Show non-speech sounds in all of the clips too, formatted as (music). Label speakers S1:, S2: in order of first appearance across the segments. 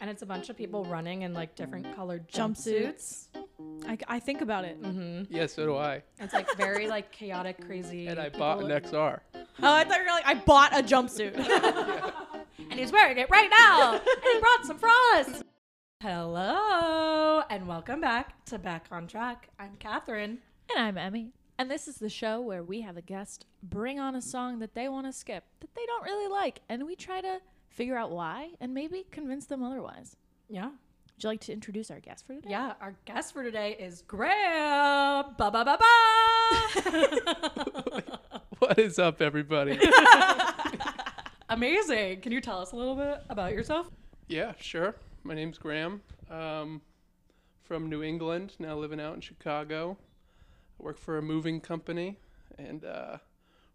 S1: and it's a bunch of people running in like different colored
S2: Jumpsuits.
S1: jumpsuits.
S2: I, I think about it.
S1: Mm-hmm.
S3: Yeah, so do I.
S1: It's like very like chaotic, crazy.
S3: And I bought an
S1: people.
S3: XR.
S2: Oh, I thought you were like, I bought a jumpsuit. (laughs)
S1: and he's wearing it right now. and he brought some for us. Hello, and welcome back to Back on Track. I'm Catherine.
S4: And I'm Emmy. And this is the show where we have a guest bring on a song that they want to skip, that they don't really like, and we try to figure out why and maybe convince them otherwise.
S1: Yeah,
S4: Would you like to introduce our guest for today?
S1: yeah. Our guest for today is Graham. Ba ba ba ba.
S3: (laughs) What is up, everybody?
S1: (laughs) Amazing. Can you tell us a little bit about yourself?
S3: yeah, sure. My name's Graham. Um, from New England, now living out in Chicago. I work for a moving company, and uh,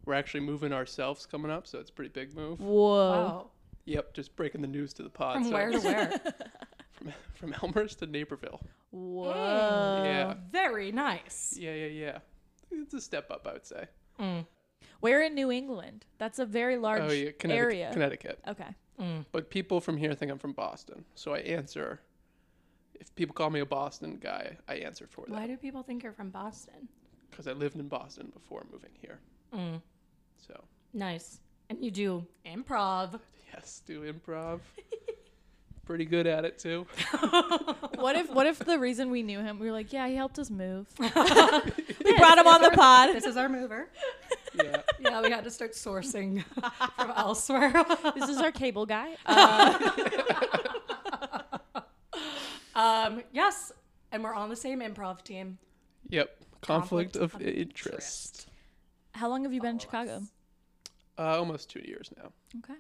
S3: we're actually moving ourselves coming up, so it's a pretty big move.
S2: Whoa.
S1: Wow.
S3: Yep, just breaking the news to the pod.
S1: From
S3: so
S1: where to where?
S3: (laughs) From, from Elmhurst to Naperville.
S2: Whoa.
S3: yeah,
S1: Very nice.
S3: yeah, yeah, yeah. It's a step up, I would say.
S4: We're in New England. That's a very large
S3: oh, yeah, Connecticut.
S4: area.
S3: Connecticut.
S4: Okay.
S3: But people from here think I'm from Boston, so I answer. If people call me a Boston guy, I answer for
S1: Why
S3: that
S1: do people think you're from Boston?
S3: because I lived in Boston before moving here. So
S1: Nice. And you do (laughs) improv.
S3: yes, do (laughs) improv. Pretty good at it too.
S4: What if what if the reason we knew him, we were like, yeah, he helped us move.
S2: We brought him on the pod.
S1: This is our mover.
S3: (laughs) Yeah,
S1: Yeah, we had to start sourcing (laughs) from elsewhere. Uh,
S4: This is our cable
S3: (laughs)
S4: guy.
S1: (laughs) um, yes, and we're on the same improv team.
S3: yep. Conflict,
S1: Conflict
S3: of,
S1: of
S3: interest.
S4: How long have you been in Chicago?
S3: Uh, almost two years now.
S4: Okay.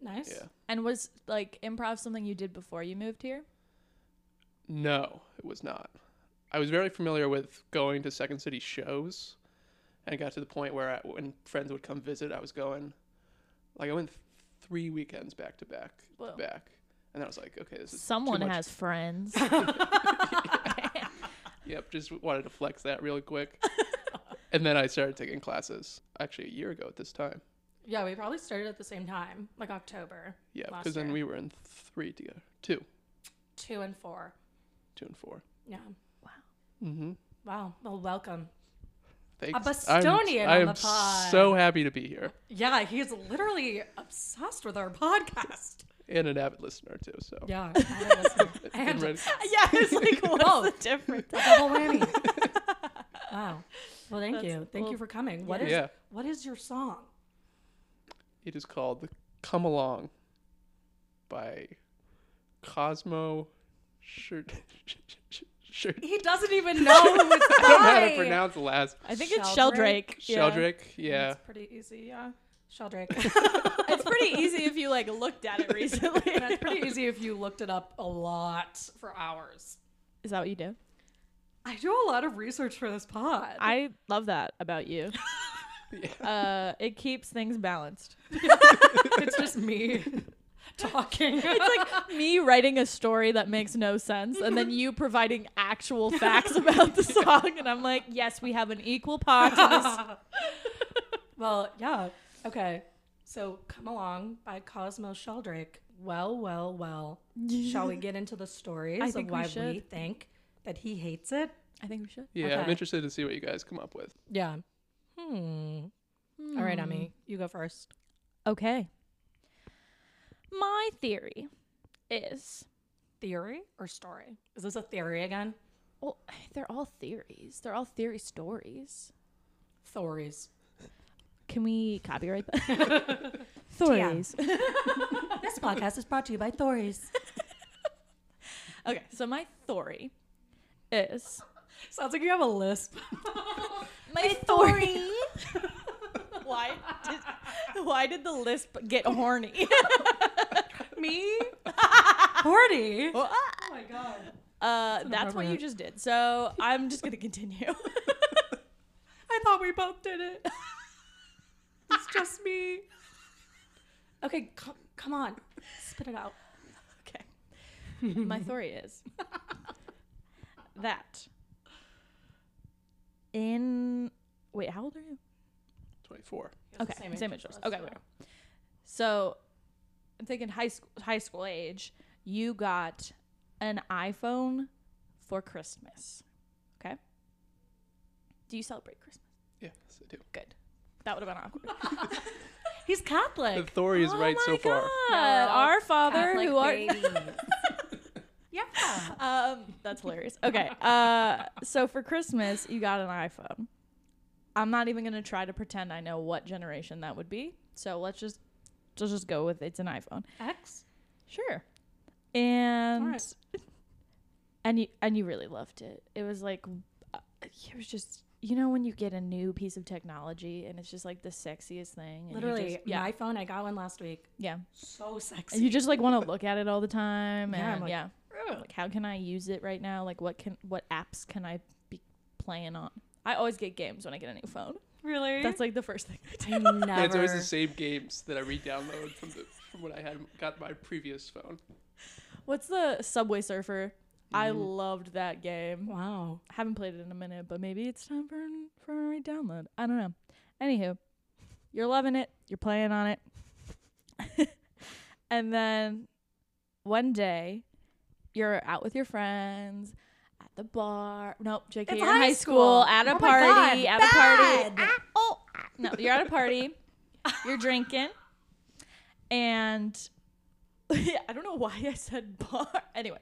S1: Nice.
S3: Yeah.
S4: And was like improv something you did before you moved here?
S3: No, it was not. I was very familiar with going to Second City shows, and it got to the point where I, when friends would come visit, I was going, like I went th- three weekends back to back
S4: Whoa.
S3: to back, and I was like, okay, this is too
S4: Someone
S3: much.
S4: has friends. (laughs)
S3: Yep, just wanted to flex that
S1: (laughs)
S3: really quick. and then I started taking classes actually a year ago at this time.
S1: Yeah, we probably started at the same time, like October.
S3: Yeah,
S1: Last
S3: because then
S1: year.
S3: we were in three together, two,
S1: Two and four.
S3: two and four.
S1: Yeah.
S3: Mm-hmm.
S1: Wow. Well, welcome.
S3: Thanks.
S1: Bostonian
S3: I'm, I
S1: on
S3: am
S1: the pod.
S3: so happy to be here
S1: Yeah, he's literally obsessed with our podcast.
S3: and an avid listener too. So
S1: Yeah. I listen. and
S3: And ready-
S2: (laughs) Yeah, it's like,
S1: Both.
S4: (laughs)
S2: what's the difference?
S1: double whammy. (laughs) wow. Well, thank you. Thank
S2: well,
S1: you for coming. What is
S3: yeah.
S1: what is your song?
S3: It is called the Come Along by Cosmo Shir- Shir-
S1: He doesn't even know who (laughs) it's
S3: I don't know how to
S1: by.
S3: pronounce the last.
S2: I think it's
S1: Sheldrake.
S2: Sheldrake.
S3: Sheldrake, yeah.
S1: It's pretty easy, yeah. (laughs) Sheldrake.
S2: Yeah. (laughs) It's pretty easy if you like looked at
S4: (laughs)
S2: it recently.
S1: And it's pretty easy if you looked it up a lot for hours.
S4: Is that what you do?
S1: I do a lot of research for this pod.
S4: I love that about
S3: (laughs)
S4: you. Uh, it keeps things balanced.
S1: it's just me (laughs) talking.
S4: It's like me writing a story that makes no sense, and then you providing
S2: (laughs)
S4: actual facts about the song, and I'm like, yes, we have an equal part.
S2: (laughs)
S4: In this.
S1: (laughs) well, yeah. Okay. So come along by Cosmo Sheldrake. Well, well, well. (laughs) Shall we get into the stories
S4: I
S1: of
S4: think we
S1: why we
S4: should.
S1: think that he hates it?
S4: I think we should.
S3: Yeah, I'm
S1: Okay.
S3: interested to see what you guys come up with.
S1: Yeah. Hmm. All right, Emmy, you go first.
S4: Okay. My theory is
S1: Theory or story? Is this a theory again?
S4: well, (sighs) they're all theories. They're all theory stories.
S1: Thories.
S4: Can we copyright (laughs) that? Stories.
S1: this podcast is brought to you by Thories.
S4: Okay, so my theory is
S1: (laughs) Sounds like you have a lisp.
S4: my story. (laughs) why did why did the lisp get horny? (laughs)
S1: Me? Horny.
S4: uh,
S1: Oh my god.
S4: that's what you
S1: inappropriate.
S4: just did. So I'm just gonna continue. (laughs)
S1: I thought we both did it. (laughs) it's just me. Okay, c- come on. Spit it out.
S4: okay. (laughs) My story is that in wait, how old are you?
S3: 24.
S4: Okay, same interest. Okay, whatever. So I'm thinking high school, high school age. you got an iPhone for Christmas. Okay? Do you celebrate Christmas?
S3: Yeah, yes, I do.
S4: Good. That would have been awkward.
S1: He's
S3: The
S1: (laughs) Catholic.
S3: Thor is right (laughs) so far.
S4: God, our Father
S5: Catholic
S4: who art
S1: (laughs) yeah.
S4: (laughs) um, that's hilarious. Okay. Uh, so for Christmas, you got an iPhone. I'm not even gonna try to pretend I know what generation that would be. So let's just let's just go with it's an iPhone.
S1: X.
S4: Sure. And
S1: Alright.
S4: (laughs) and you and you really loved it. It was like uh, it was just you know when you get a new piece of technology and it's just like the sexiest thing. and you
S1: Literally,
S4: just- yeah,
S1: my phone. I got one last week.
S4: yeah.
S1: So sexy. (laughs)
S4: And you just like want to look at it all the time.
S1: Yeah, I'm
S4: and
S1: like,
S4: yeah. like how can i use it right now like what can what apps can i be playing on i always get games when i get a new phone
S1: really?
S4: that's like the first thing
S1: (laughs)
S4: i do
S1: I never.
S3: And it's always the same games that I re-download from the from what I had got my previous phone.
S4: (laughs) what's the subway surfer i loved that game
S1: Wow.
S4: haven't played it in a minute but maybe it's time for, an- for a re-download i don't know anywho you're loving it (laughs) you're playing on it and then one day you're out with your friends at the bar. Nope, JK,
S1: It's
S4: you're in
S1: high
S4: high school,
S1: school.
S4: at a
S1: Oh my
S4: party,
S1: God,
S4: at a
S1: bad.
S4: party. Ah, oh, ah. no, you're at a party. You're drinking, and (laughs) yeah, I don't know why I said bar. Anyway,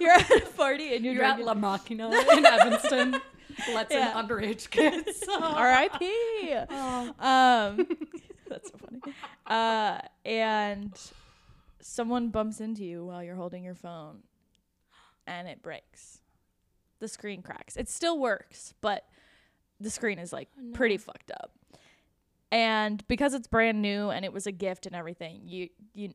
S4: you're at a party and you're,
S1: You're at
S4: drinking.
S1: La Machina (laughs) in Evanston. Let's
S4: Yeah.
S1: in underage (laughs) kids.
S4: R.I.P.
S1: Oh.
S4: Um, (laughs) that's so funny. Uh, and someone bumps into you while you're holding your phone, and it breaks. The screen cracks. It still works, but the screen is like pretty fucked up. And because it's brand new and it was a gift and everything, you you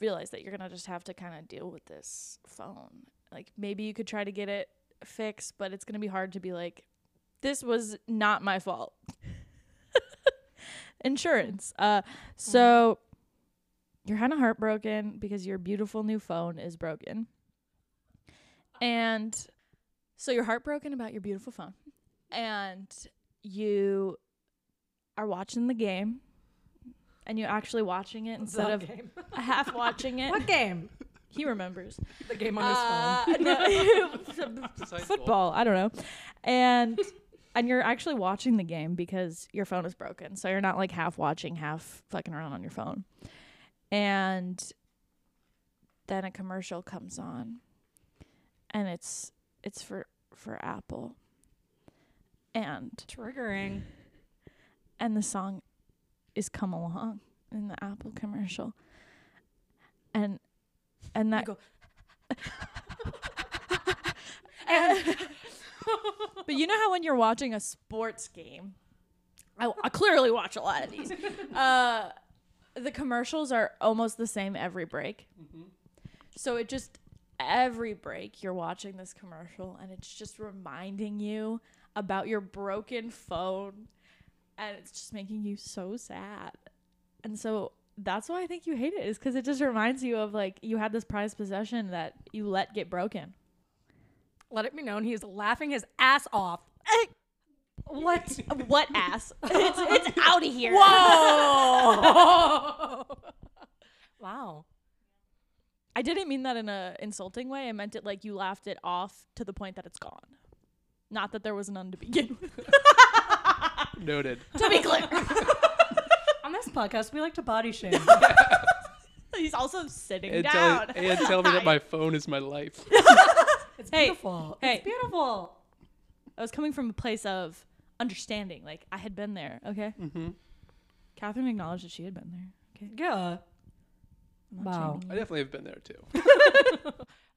S4: realize that you're gonna just have to kind of deal with this phone. Like maybe you could try to get it fixed, but it's gonna be hard to be like, this was not my fault. Insurance. Uh, so you're kind of heartbroken because your beautiful new phone is broken. And so you're heartbroken about your beautiful phone. And you are watching the game. And you're actually watching it instead
S1: The (laughs)
S4: of
S1: game.
S4: half watching it.
S1: What game?
S4: He remembers.
S1: The game on his
S4: Uh,
S1: phone. (laughs)
S4: (laughs) no,
S3: It's high school.
S4: football. I don't know. And (laughs) and you're actually watching the game because your phone is broken. So you're not like half watching, half fucking around on your phone. And then a commercial comes on. And it's it's for for Apple. And
S1: Triggering.
S4: and the song is come along in the Apple commercial. And and that
S1: go,
S4: And- but you know how when you're watching a sports game, I, I clearly watch a lot of these. Uh, the commercials are almost the same every break. So it just every break you're watching this commercial and it's just reminding you about your broken phone and it's just making you so sad. And so that's why I think you hate it is cuz it just reminds you of like you had this prized possession that you let get broken.
S1: Let it be known he is laughing his ass off.
S4: What? what (laughs) ass? It's it's out of here.
S1: Whoa! (laughs) wow.
S4: I didn't mean that in a insulting way. I meant it like you laughed it off to the point that it's gone. Not that there was none to begin with.
S1: (laughs)
S3: Noted.
S4: (laughs) to be clear.
S1: On this podcast, we like to body shame.
S4: He's also sitting
S3: And tell,
S4: down.
S3: and tell me that
S1: (laughs)
S3: my phone is my life.
S1: (laughs) It's
S4: Hey,
S1: beautiful.
S4: hey.
S1: It's beautiful.
S4: I was coming from a place of understanding. Like I had been there, okay?
S3: hmm
S4: Catherine acknowledged that she had been there. Okay.
S1: Yeah.
S4: I'm not
S1: Wow.
S4: shaming you.
S3: I definitely have been there too.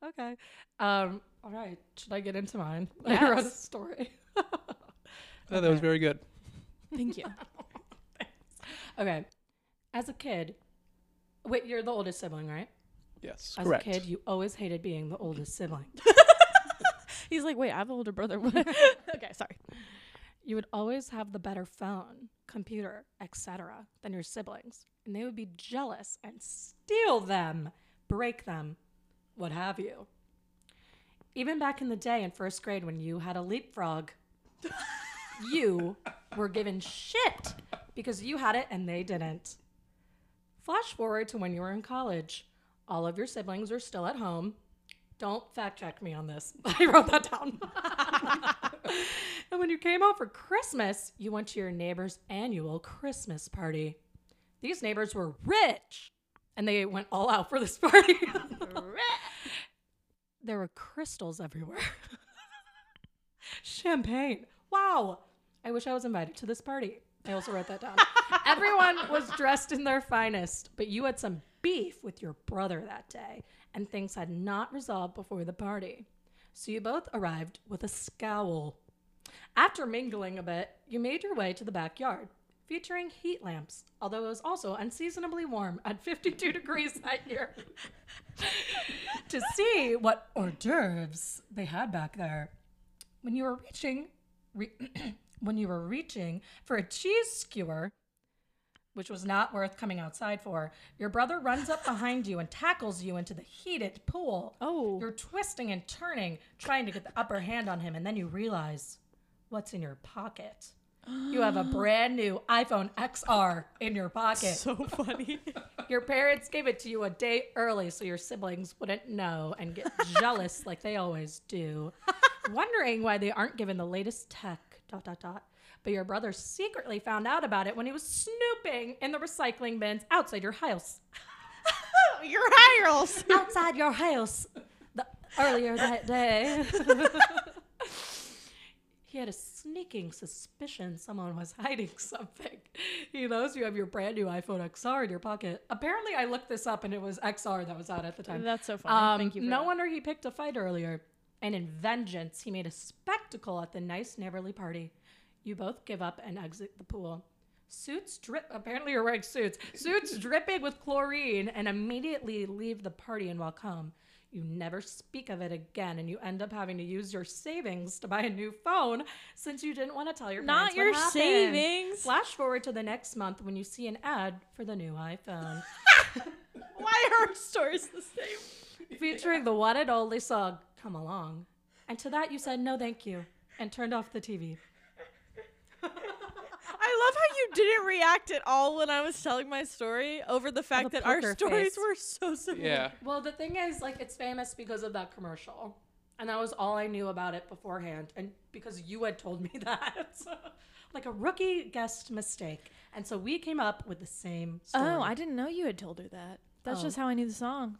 S1: Okay. Um, all right. Should I get into mine? (laughs) I wrote a
S4: Yes.
S1: story.
S3: Oh, that was very good.
S4: Thank (laughs) you.
S1: Okay. As a kid, wait, you're the oldest sibling, right?
S3: Yes,
S1: As
S3: correct.
S1: a kid, you always hated being the oldest sibling.
S4: He's like, wait, I have an older brother. (laughs) What? okay, sorry.
S1: You would always have the better phone, computer, etc. than your siblings, and they would be jealous and steal them, break them, what have you. Even back in the day in first grade when you had a leapfrog, you were given shit because you had it and they didn't. Flash forward to when you were in college. All of your siblings are still at home. Don't fact check me on this. (laughs) I wrote that down. (laughs) and when you came home for Christmas, you went to your neighbor's annual Christmas party. These neighbors were rich and they went all out for this party. (laughs) there were crystals everywhere. Champagne. Wow. I wish I was invited to this party. I also wrote that down. Everyone was dressed in their finest, but you had some beef with your brother that day, and things had not resolved before the party. So you both arrived with a scowl. After mingling a bit, you made your way to the backyard, featuring heat lamps, although it was also unseasonably warm at 52 degrees (laughs) that year, to see what hors d'oeuvres they had back there. When you were reaching, re- (clears throat) when you were reaching for a cheese skewer, which was not worth coming outside for, your brother runs up behind you and tackles you into the heated pool.
S4: Oh.
S1: You're twisting and turning, trying to get the upper hand on him, and then you realize what's in your pocket. You
S4: (gasps)
S1: have a brand new iPhone XR in your pocket.
S4: So (laughs) funny.
S1: Your parents gave it to you a day early so your siblings wouldn't know and
S4: (laughs)
S1: get jealous like they always do, wondering why they aren't given the latest tech. Dot dot dot. But your brother secretly found out about it when he was snooping in the recycling bins outside your house.
S4: (laughs) Your hyrals.
S1: (laughs) Outside your house the, earlier
S4: (laughs)
S1: that day. he had a sneaking suspicion someone was (laughs) hiding something. He knows you have your brand new iPhone XR in your pocket. Apparently, I looked this up and it was XR that was out at the time.
S4: That's so funny.
S1: Um,
S4: Thank you. For
S1: no
S4: that.
S1: wonder he picked a fight earlier. And in vengeance, he made a spectacle at the nice neighborly party. You both give up and exit the pool. Suits drip. Apparently, you're wearing suits.
S4: (laughs)
S1: Suits dripping with chlorine, and immediately leave the party and walk home. You never speak of it again, and you end up having to use your savings to buy a new phone since you didn't want to tell your
S4: Not
S1: parents.
S4: your
S1: what happened.
S4: savings.
S1: Flash forward to the next month when you see an ad for the new iPhone.
S4: (laughs) Why are our stories the same?
S1: featuring the one and only song "Come Along," and to that you said no, thank you, and turned off the TV.
S4: I love how you didn't react at all when I was telling my story over the fact
S1: the
S4: that our
S1: poker
S4: stories
S1: face.
S4: were so similar.
S3: Yeah.
S1: Well, the thing is, like, it's famous because of that commercial, and that was all I knew about it beforehand, and because you had told me (laughs) that, like a rookie guest mistake, and so we came up with the same. Story.
S4: Oh, I didn't know you had told her that. That's
S1: Oh.
S4: just how I knew the song.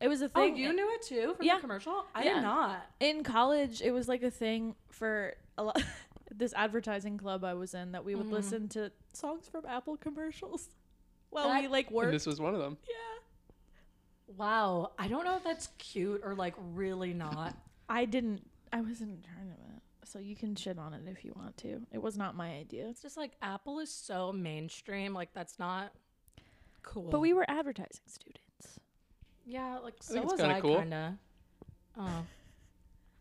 S4: It was a
S1: Oh,
S4: thing.
S1: you knew it too from
S4: Yeah.
S1: the commercial. I
S4: Yeah.
S1: did not.
S4: in college it was like a thing for a lot (laughs) this advertising club i was in that we would listen to songs from apple commercials (laughs) while
S1: That-
S4: we like
S3: And
S4: worked
S3: this was one of them.
S4: yeah
S1: Wow, I don't know if that's cute or like really not.
S4: i didn't i was in a tournament so you can shit on it if you want to it was not my idea
S1: (laughs) It's just like Apple is so mainstream. Like that's not cool.
S4: but we were advertising students
S1: Yeah, like so
S3: think it's
S1: was
S3: kinda
S1: I
S3: cool.
S1: kinda. Oh.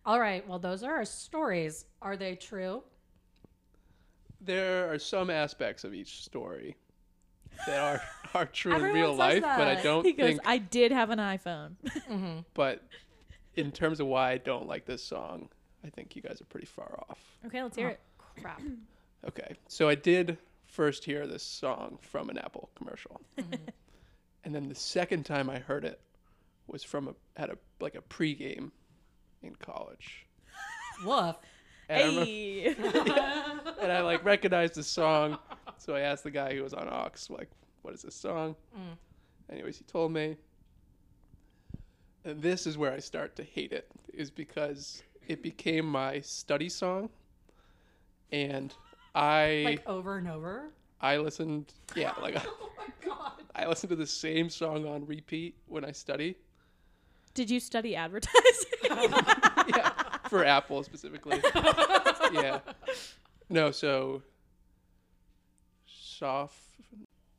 S1: All right. Well, those are our stories. Are they true?
S3: There are some aspects of each story that are (laughs) are true in
S1: Everyone
S3: real
S1: says
S3: life, but I
S1: that.
S3: don't
S4: he goes
S3: think.
S4: i did have an iphone
S3: but in terms of why I don't like this song, I think you guys are pretty far off.
S4: okay let's hear it
S1: (clears throat) Crap.
S3: Okay, so I did first hear this song from an Apple commercial,
S4: Mm-hmm.
S3: and then the second time I heard it was from a had a like a pregame in college.
S1: Woof.
S3: And I remember-
S4: Hey. (laughs)
S3: and I like recognized the song. So I asked the guy who was on aux, like, what is this song? Anyways, he told me. And this is where I start to hate it, is because it became my study song. And I
S1: Like over and over.
S3: I listened yeah,
S1: (laughs)
S3: like (laughs)
S1: Oh my god.
S3: I listened to the same song on repeat when I study.
S4: did you study (laughs) advertising
S3: yeah, for Apple specifically. yeah. No, so soft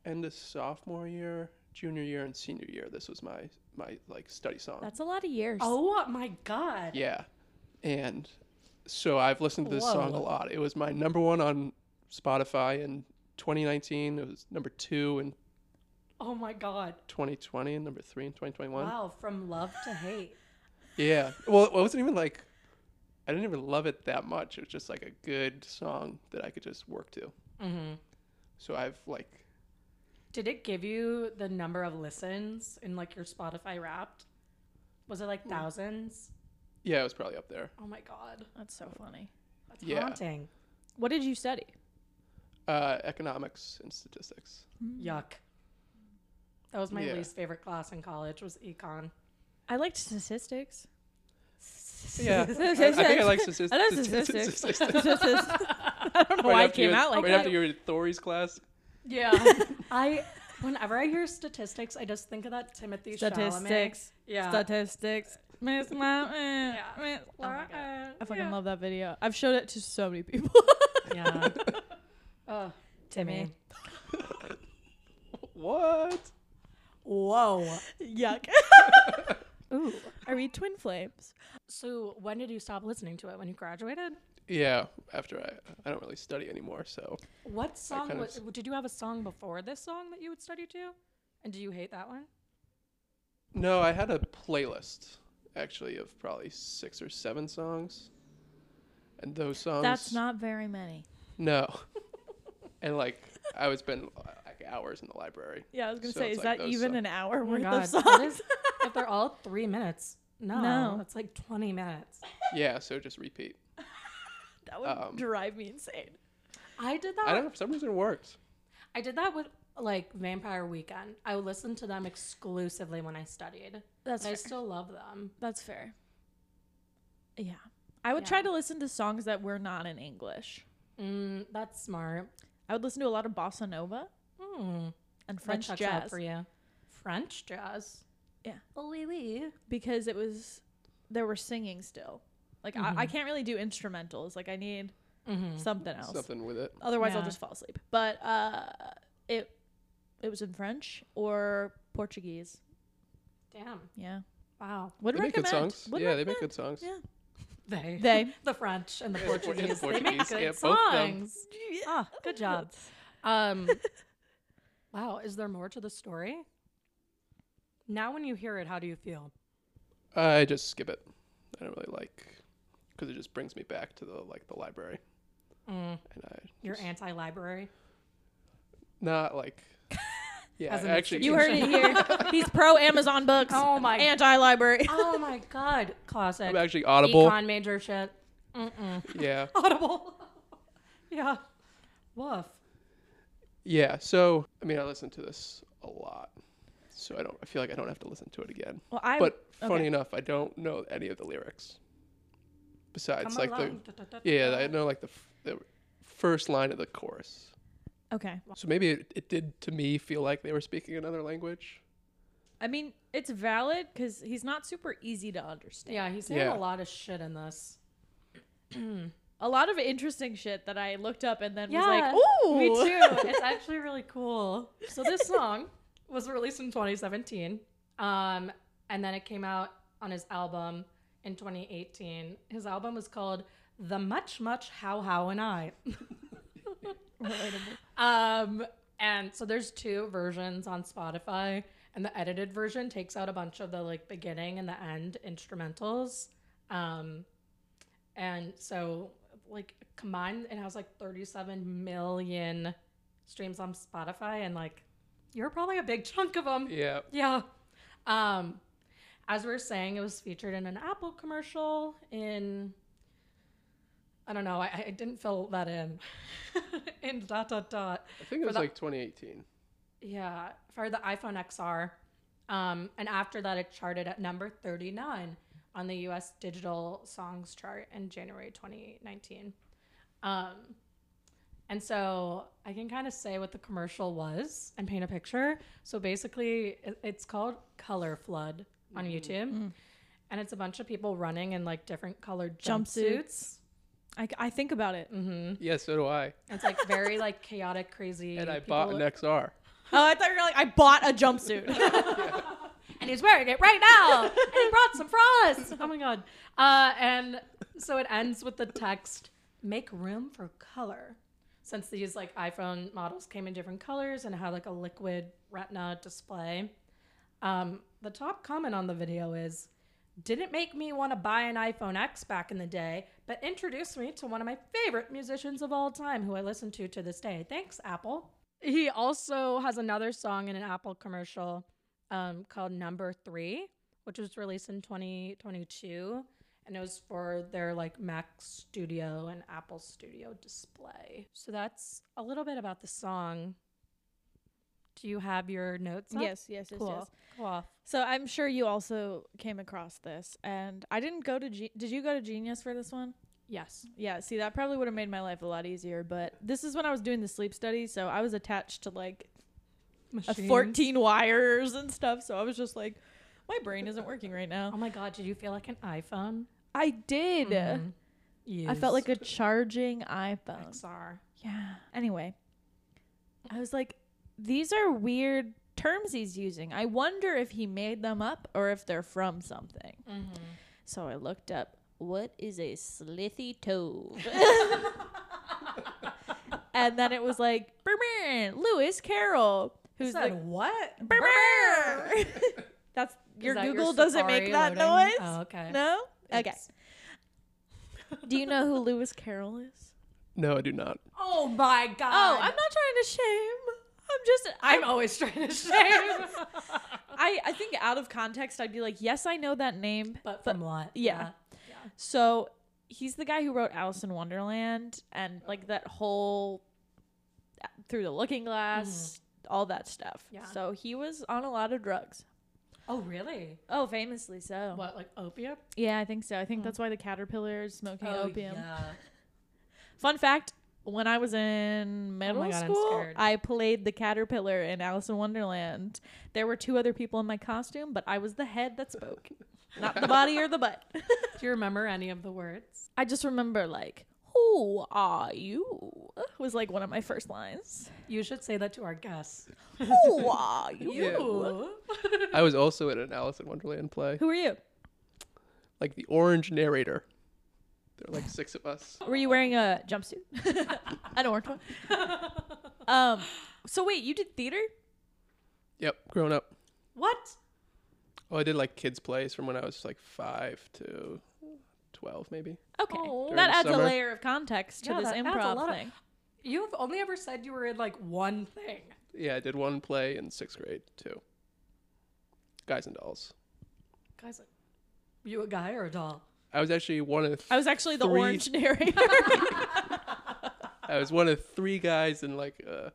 S3: end of sophomore year, junior year, and senior year. This was my my like study song.
S4: that's a lot of years
S1: Oh my god.
S3: yeah, and so I've listened to this song a
S1: Whoa.
S3: lot. It was my number one on Spotify in 2019. It was number two in
S1: Oh my god.
S3: 2020 and number three in 2021.
S1: Wow. From love to hate.
S3: Yeah. Well, it wasn't even like I didn't even love it that much. It was just like a good song that I could just work to.
S1: Mm-hmm.
S3: So I've like
S1: Did it give you the number of listens in like your Spotify Wrapped? Was it like thousands?
S3: Yeah, it was probably up there.
S1: Oh my god,
S4: That's so funny.
S1: that's
S3: Yeah.
S1: haunting.
S4: What did you study?
S3: Uh, economics and
S4: (laughs)
S3: statistics.
S1: Yuck. That was my
S3: Yeah.
S1: least favorite class in college. Was (laughs) econ.
S4: I liked statistics. (laughs)
S3: Yeah, I, I think I like statistics.
S4: I know statistics.
S3: (laughs)
S4: I don't know
S3: Right
S4: why it
S3: after you
S4: came
S3: had-
S4: out like
S3: right
S4: that.
S3: after you were in Thor's class.
S1: Yeah, Um, I. Whenever I hear statistics, I just think of that Timothy Chalamet.
S4: Statistics.
S1: Yeah.
S4: Statistics. Miss Mountain.
S1: Yeah.
S4: Miss
S1: Oh my God.
S4: Mountain. I fucking
S1: Yeah.
S4: love that video. I've showed it to so many people.
S1: (laughs) yeah. Oh,
S4: Timmy.
S3: What?
S1: Whoa.
S4: (laughs) (laughs) Yuck.
S1: Ooh.
S4: Are we twin flames?
S1: So when did you stop listening to it? When you graduated?
S3: Yeah, after I, I don't really study anymore, so
S1: What song
S3: kind of
S1: was, did you have a song before this song that you would study to? And do you hate that one?
S3: no, I had a playlist actually of probably six or seven songs, and those songs.
S4: That's not very many.
S3: no. and like I was spend like hours in the library.
S4: Yeah, I was gonna
S3: So
S4: say,
S3: it's
S4: is
S3: like
S4: that
S3: those
S4: even
S3: songs.
S4: an hour
S1: Oh my
S4: worth of
S1: God,
S4: songs?
S1: that is- if they're all three minutes, no,
S4: No.
S1: it's like twenty minutes.
S3: Yeah, so just repeat.
S4: (laughs) that would
S3: um,
S4: drive me insane.
S1: I did
S3: I
S1: that.
S3: don't know for some reason it worked.
S1: I, did that with like Vampire Weekend. I would listen to them exclusively when I studied.
S4: That's
S1: And I still love them.
S4: That's fair. Yeah. I would
S1: Yeah.
S4: try to listen to songs that were not in English.
S1: Mm, that's smart.
S4: I would listen to a lot of bossa nova
S1: Mm,
S4: and
S1: that
S4: French
S1: checks out
S4: jazz
S1: for you. French jazz.
S4: Yeah.
S1: Oui, oui.
S4: because it was there were singing still. Like I, I can't really do instrumentals. Like I need
S1: Mhm.
S4: something else.
S3: Something with it.
S4: Otherwise, I'll
S1: Yeah.
S4: just fall asleep. But uh, it it was in French or Portuguese.
S1: Damn.
S4: Yeah.
S1: Wow.
S4: Would
S3: They make good
S4: recommend.
S3: songs.
S4: Would
S3: yeah, they make
S4: recommend.
S3: good songs.
S4: Yeah.
S1: They.
S4: They.
S1: (laughs) the French and the
S3: Yeah, the Por- and the
S1: Portuguese. They make
S3: Portuguese,
S1: good
S3: yeah, both of them.
S1: songs. Ah, (laughs) good job. (laughs) Um, wow, is there more to the story? Now, when you hear it, how do you feel?
S3: I just skip it. I don't really like because it just brings me back to the like the library,
S1: Mm,
S3: and I
S1: you're
S3: just-
S1: anti-library.
S4: (laughs)
S3: not like yeah.
S1: As an
S3: actually,
S4: You heard it here. He's pro Amazon books.
S1: Oh my- (laughs)
S4: Anti library.
S1: (laughs) Oh my god, classic.
S3: I'm actually audible.
S1: Econ major shit. Mm-mm.
S3: Yeah,
S1: (laughs) Audible. (laughs) yeah. Woof.
S3: yeah. So I mean, I listen to this a lot, so I don't. I feel like I don't have to listen to it again.
S4: Well, I
S3: but
S4: okay.
S3: funny enough, I don't know any of the lyrics.
S1: Come
S3: Besides, like
S1: along.
S3: the yeah, I know like the f- the first line of the chorus.
S4: okay.
S3: So maybe it, it did to me feel like they were speaking another language.
S4: I mean, it's valid because he's not super easy to understand.
S1: Yeah, he's saying a
S3: Yeah.
S1: lot of shit in this.
S4: A lot of interesting shit that I looked up and then
S1: Yeah,
S4: was like,
S1: Me
S4: ooh.
S1: too. It's actually really cool. So this song was released in 2017, um, and then it came out on his album in 2018. His album was called "The Much Much How How and I." (laughs) Um, and so there's two versions on Spotify, and the edited version takes out a bunch of the like beginning and the end instrumentals. Um, and so like combined, it has like 37 million streams on Spotify, and like you're probably a big chunk of them.
S3: Yeah.
S1: Yeah. Um, as we were saying, it was featured in an Apple commercial in. I don't know. I, I didn't fill that in. (laughs) in dot dot dot.
S3: I think it was
S1: the-
S3: like 2018.
S1: Yeah, for the iPhone XR. Um, and after that, it charted at number 39 on the US digital songs chart in January 2019. Um, and so I can kind of say what the commercial was and paint a picture. So basically, it- it's called Color Flood on YouTube. And it's a bunch of people running in like different colored
S4: Jumpsuits.
S1: jumpsuits.
S4: I, I think about it.
S1: hmm
S3: Yeah, so do I.
S1: It's like very like chaotic, crazy.
S3: (laughs) And I
S1: people
S3: bought an XR.
S4: (laughs) Oh, I thought you were like, I bought a jumpsuit.
S1: and he's wearing it right now. and he brought some for us. (laughs) Oh my god. Uh, and so it ends with the text: "Make room for color." Since these like iPhone models came in different colors and had like a liquid retina display, um, the top comment on the video is, "Didn't make me want to buy an iPhone X back in the day, but introduced me to one of my favorite musicians of all time, who I listen to to this day. Thanks, Apple." He also has another song in an Apple commercial um, called Number Three, which was released in 2022. And it was for their like Mac Studio and Apple Studio display. So that's a little bit about the song. Do you have your notes? Up?
S4: (laughs) Yes, yes, yes,
S1: Cool.
S4: yes.
S1: Cool.
S4: So I'm sure you also came across this, and I didn't go to. Ge- Did you go to Genius for this one?
S1: Yes.
S4: Yeah. See, that probably would have made my life a lot easier, but this is when I was doing the sleep study, so I was attached to like a
S1: Machines.
S4: 14 wires and stuff. So I was just like, my brain isn't working right
S1: Oh
S4: now.
S1: my God, did you feel like an iPhone? Mm-hmm.
S4: I did. I
S1: Yes.
S4: felt like a charging iPhone.
S1: XR.
S4: Yeah. Anyway,
S1: Mm.
S4: I was like, these are weird terms he's using. I wonder if he made them up or if they're from something.
S1: Mm-hmm.
S4: So I looked up, what is a slithy
S1: (laughs)
S4: toad? and then it was like, brr, brr, Lewis Carroll, who's like,
S1: what?
S4: brr, brr. (laughs) that's your Google doesn't make that noise.
S1: Oh, okay.
S4: No? Okay. Do you know who Lewis Carroll is?
S3: No, I do
S1: (laughs)
S3: not.
S1: Oh my god.
S4: Oh, I'm not trying to shame. I'm just I'm,
S1: I'm always
S4: (laughs)
S1: trying to shame.
S4: I I think out of context I'd be like, "Yes, I know that name."
S1: but from what?
S4: yeah. So, he's the guy who wrote Alice in Wonderland and like that whole through the looking glass, all that stuff.
S1: Mm-hmm. Yeah.
S4: So, he was on a lot of drugs.
S1: Oh really?
S4: Oh, famously so.
S1: What like opium?
S4: Yeah, I think so. I think that's why the caterpillar is smoking opium.
S1: Oh, yeah.
S4: (laughs) Fun fact when I was in middle
S1: God, I'm
S4: school,
S1: scared.
S4: I played the caterpillar in Alice in Wonderland. There were two other people in my costume, but I was the head that
S1: (laughs)
S4: spoke, not the body or the butt. (laughs)
S1: Do you remember any of the words?
S4: I just remember, like, who are you? Was like one of my
S1: (laughs)
S4: first lines.
S1: You should say that to our guests.
S4: Who are you?
S3: I was also in an Alice in Wonderland play.
S4: Who are you?
S3: Like the orange narrator. There were like six of us.
S4: Were you wearing a jumpsuit? (laughs) An
S1: (laughs)
S4: orange one. Um, so wait, you did theater?
S3: Yep, grown up.
S1: What?
S3: Oh, I did like kids' plays from when I was like five to twelve, maybe.
S4: Okay,
S1: Oh.
S4: that
S3: During
S4: adds a
S3: summer.
S4: layer of context to
S1: Yeah,
S4: this
S1: that adds a
S4: improv
S1: lot of-
S4: thing.
S1: You've only ever said you were in like one thing.
S3: Yeah, I did one play in sixth grade too. Guys and dolls.
S1: Guys, were you a guy or a doll?
S3: I was actually one of
S4: I was actually the
S3: three-
S4: orange narrator.
S1: (laughs)
S3: I was one of three guys in like a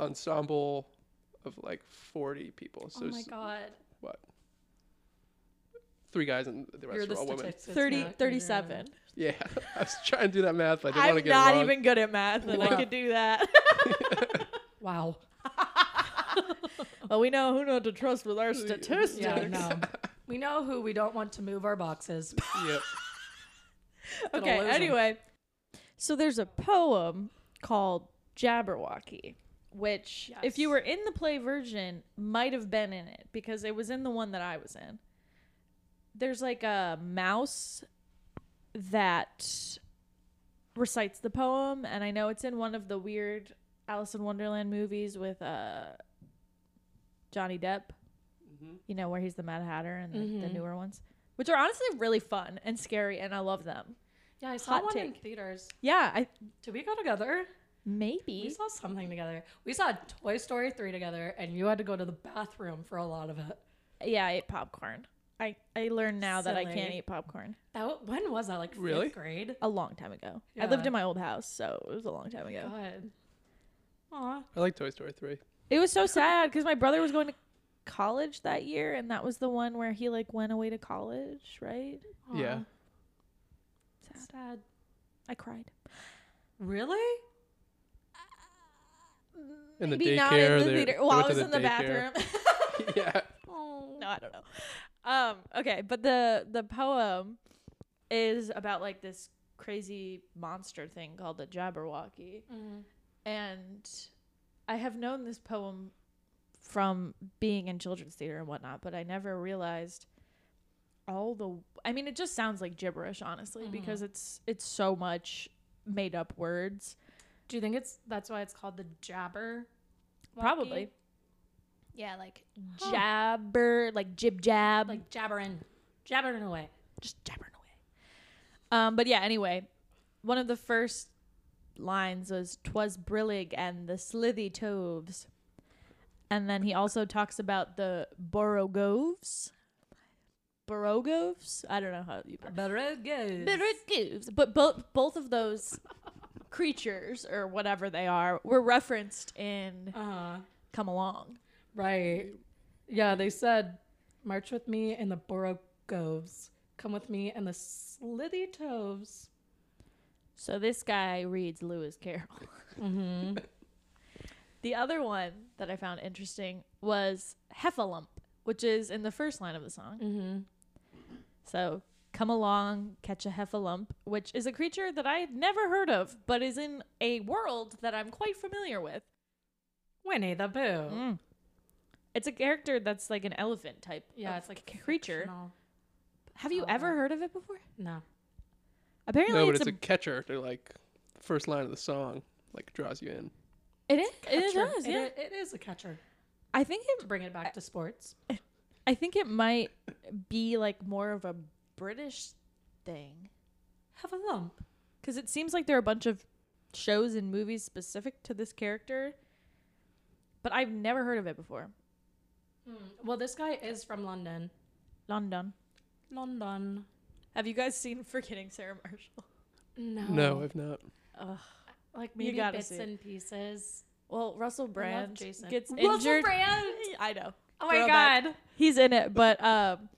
S3: ensemble of like forty people. So
S1: oh my
S3: it's
S1: god.
S3: what? Three guys and the rest
S1: You're
S3: were
S1: the
S3: all women.
S1: statistics.
S4: 30,
S1: nut.
S4: 37.
S3: Yeah, (laughs) I was trying to do that math. but I didn't want to
S4: I'm
S3: get it
S4: not
S3: wrong.
S4: even good at math, and I
S1: Wow.
S4: could do that.
S3: (laughs)
S1: Wow.
S4: (laughs) well, we know who not to trust with (laughs) our statistics.
S1: Yeah, I know. we know who we don't want to move our boxes.
S3: Yep.
S1: (laughs)
S4: Okay,
S1: lose 'em.
S4: anyway. So there's a poem called Jabberwocky, which, if you
S1: Yes.
S4: were in the play version, might have been in it because it was in the one that I was in. There's like a mouse that recites the poem, and I know it's in one of the weird Alice in Wonderland movies with uh, Johnny Depp,
S1: Mm-hmm.
S4: you know, where he's the Mad Hatter and the, the newer ones, which are honestly really fun and scary, and I love them.
S1: (laughs) Yeah, I saw
S4: Hot
S1: one in
S4: take.
S1: theaters.
S4: Yeah, I
S1: Did we go together? We
S4: maybe.
S1: saw something together. We saw Toy Story 3 together, and you had to go to the bathroom for a lot of it.
S4: Yeah, I ate popcorn. I I learned now that I can't
S1: Silly.
S4: eat popcorn.
S1: That wa- When was that? Like fifth
S3: Really?
S1: grade?
S4: A long time ago. I lived
S1: Yeah.
S4: in my old house, so it was a long time ago.
S1: God. Aw.
S3: I like Toy Story three.
S4: It was so
S1: (laughs)
S4: sad because my brother was going to college that year, and that was the one where he like went away to college, right?
S3: Yeah. (laughs)
S1: Aw.
S4: Sad.
S1: Sad.
S4: I cried.
S1: Really?
S3: In the
S4: Maybe not in
S3: daycare,
S4: the
S3: they-
S4: theater.
S3: they
S4: Well, I
S3: went to
S4: was
S3: the
S4: in the
S3: daycare.
S4: bathroom. (laughs)
S3: yeah.
S1: Oh.
S4: no, I don't know. Um, okay, but the the poem is about like this crazy monster thing called the Jabberwocky.
S1: Mm.
S4: and I have known this poem from being in children's theater and whatnot, but I never realized all the. I mean, it just sounds like gibberish, honestly, because it's it's so much made up words.
S1: Do you think it's that's why it's called the Jabber?
S4: Probably. Yeah, like jabber, like jib jab,
S1: Like jabbering. Jabbering away.
S4: just jabbering away. Um, but yeah, anyway, one of the first lines was "Twas brillig and the slithy toves," and then he also talks about the borogoves. Borogoves? I don't know how you. Borogoves. But both both of those creatures or whatever they are were referenced in
S1: Uh,
S4: Come Along.
S1: right. Yeah, they said, march with me in the borogoves. Come with me in the slithy toves.
S4: So this guy reads Lewis Carroll.
S1: Mm-hmm.
S4: The other one that I found interesting was Heffalump, which is in the first line of the song.
S1: (laughs) Mm-hmm.
S4: So come along, catch a Heffalump, which is a creature that I had never heard of, but is in a world that I'm quite familiar with.
S1: Winnie the Pooh.
S3: Oh.
S4: Mm. It's a character that's like an elephant type.
S1: Yeah,
S4: of
S1: it's like a
S4: creature.
S1: fictional-
S4: Have you
S1: Oh.
S4: ever heard of it before?
S1: No.
S4: Apparently,
S3: no, but
S4: it's,
S3: it's a
S4: a,
S3: catcher. They're like first line of the song, like draws you
S1: (gasps)
S3: in.
S4: it is. It
S1: Catcher.
S4: does.
S1: It
S4: yeah.
S1: i- it is a catcher.
S4: I think it
S1: To bring it back to sports.
S4: I think it might be like more of a British thing
S1: Have a lump.
S4: because it seems like there are a bunch of shows and movies specific to this character, but I've never heard of it before.
S1: Hmm. Well, this guy is from London.
S4: London.
S1: London.
S4: Have you guys seen Forgetting Sarah Marshall?
S1: No.
S3: No, I've not.
S1: Like
S4: You
S1: maybe
S4: gotta
S1: bits
S4: see it.
S1: and pieces.
S4: Well, Russell Brand
S1: Jason.
S4: gets
S1: Russell
S4: injured.
S1: Brand!
S4: I know.
S1: Oh my
S4: Throwback.
S1: god.
S4: He's in it, but um,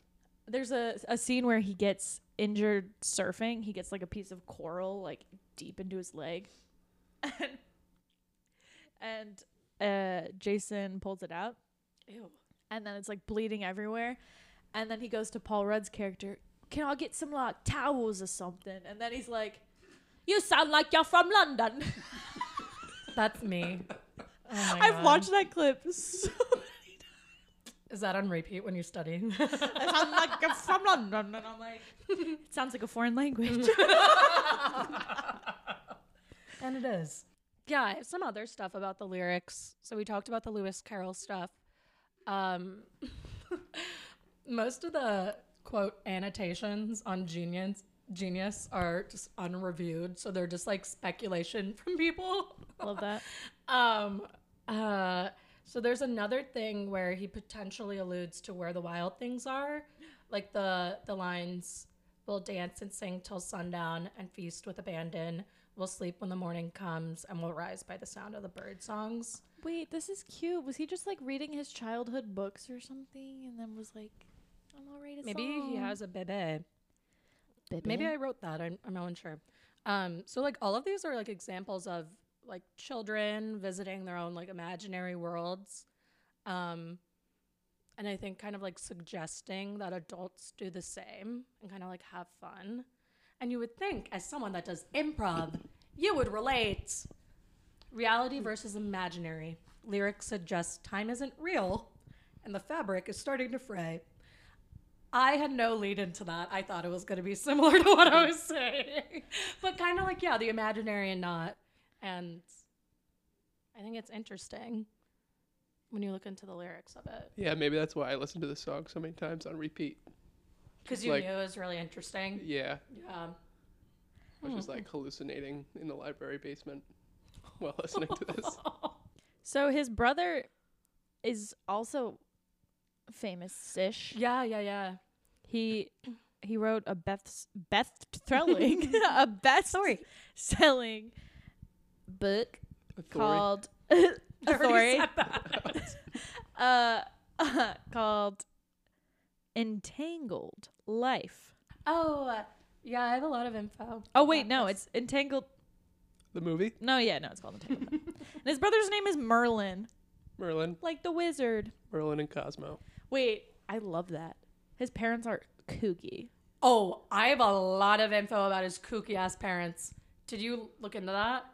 S4: there's a, a scene where he gets injured surfing. He gets like a piece of coral like deep into his leg. And, and uh, Jason pulls it out,
S1: Ew.
S4: and then it's like bleeding everywhere. And then he goes to Paul Rudd's character, Can I get some like towels or something? And then he's like, You sound like you're from London. (laughs)
S1: That's me. Oh (laughs) my
S4: I've
S1: God.
S4: watched that clip
S1: (laughs)
S4: so many times.
S1: Is that on repeat when you're
S4: (laughs)
S1: studying?
S4: I sound like I'm from London, and I'm like, (laughs) it sounds like a foreign language.
S1: (laughs) and it is. Yeah, I have some other stuff about the lyrics. So we talked about the Lewis Carroll stuff. Um, (laughs) most of the quote annotations on Genius Genius are just unreviewed, so they're just like speculation from people.
S4: Love that.
S1: Um, uh, so there's another thing where he potentially alludes to where the wild things are, like the the lines will dance and sing till sundown and feast with abandon. We'll sleep when the morning comes and we'll rise by the sound of the bird songs.
S4: Wait, this is cute. Was he just like reading his childhood books or something, and then was like, "I'm gonna write a
S1: Maybe he has a bebe.
S4: Baby.
S1: Maybe I wrote that. I'm, I'm not unsure. Um, so like all of these are like examples of like children visiting their own like imaginary worlds, um, and I think kind of like suggesting that adults do the same and kind of like have fun. And you would think, as someone that does improv, you would relate. Reality versus imaginary. Lyrics suggest time isn't real, and the fabric is starting to fray. I had no lead into that. I thought it was going to be similar to what I was saying, but kind of like yeah, the imaginary and not. And I think it's interesting when you look into the lyrics of it
S3: Yeah, maybe that's why I listened to this song so many times on repeat.
S1: because
S3: It's
S1: you
S3: like-
S1: knew it was really interesting. Um,
S3: Yeah,
S1: Yeah, (laughs)
S3: I was just like hallucinating in the library basement (laughs) while listening to this.
S1: (laughs)
S4: So his brother is also famous-ish.
S1: yeah, yeah, yeah.
S4: He he wrote a Beth's Beth (laughs) Threlling, a best selling book
S3: Thori-
S4: called
S1: I already
S4: Authority.
S1: said that.
S4: uh, (laughs) called Entangled Life.
S1: (laughs) oh, yeah. I have a lot of info.
S4: Oh wait,
S1: about
S4: no,
S1: this.
S4: it's Entangled.
S3: the movie
S4: No, yeah, no, it's called Entangled. Life. and his brother's name is Merlin,
S3: Merlin,
S4: like the wizard.
S3: Merlin and Cosmo.
S4: Wait, I love that. His parents are kooky.
S1: Oh, I have a lot of info about his kooky ass parents. Did you look into that?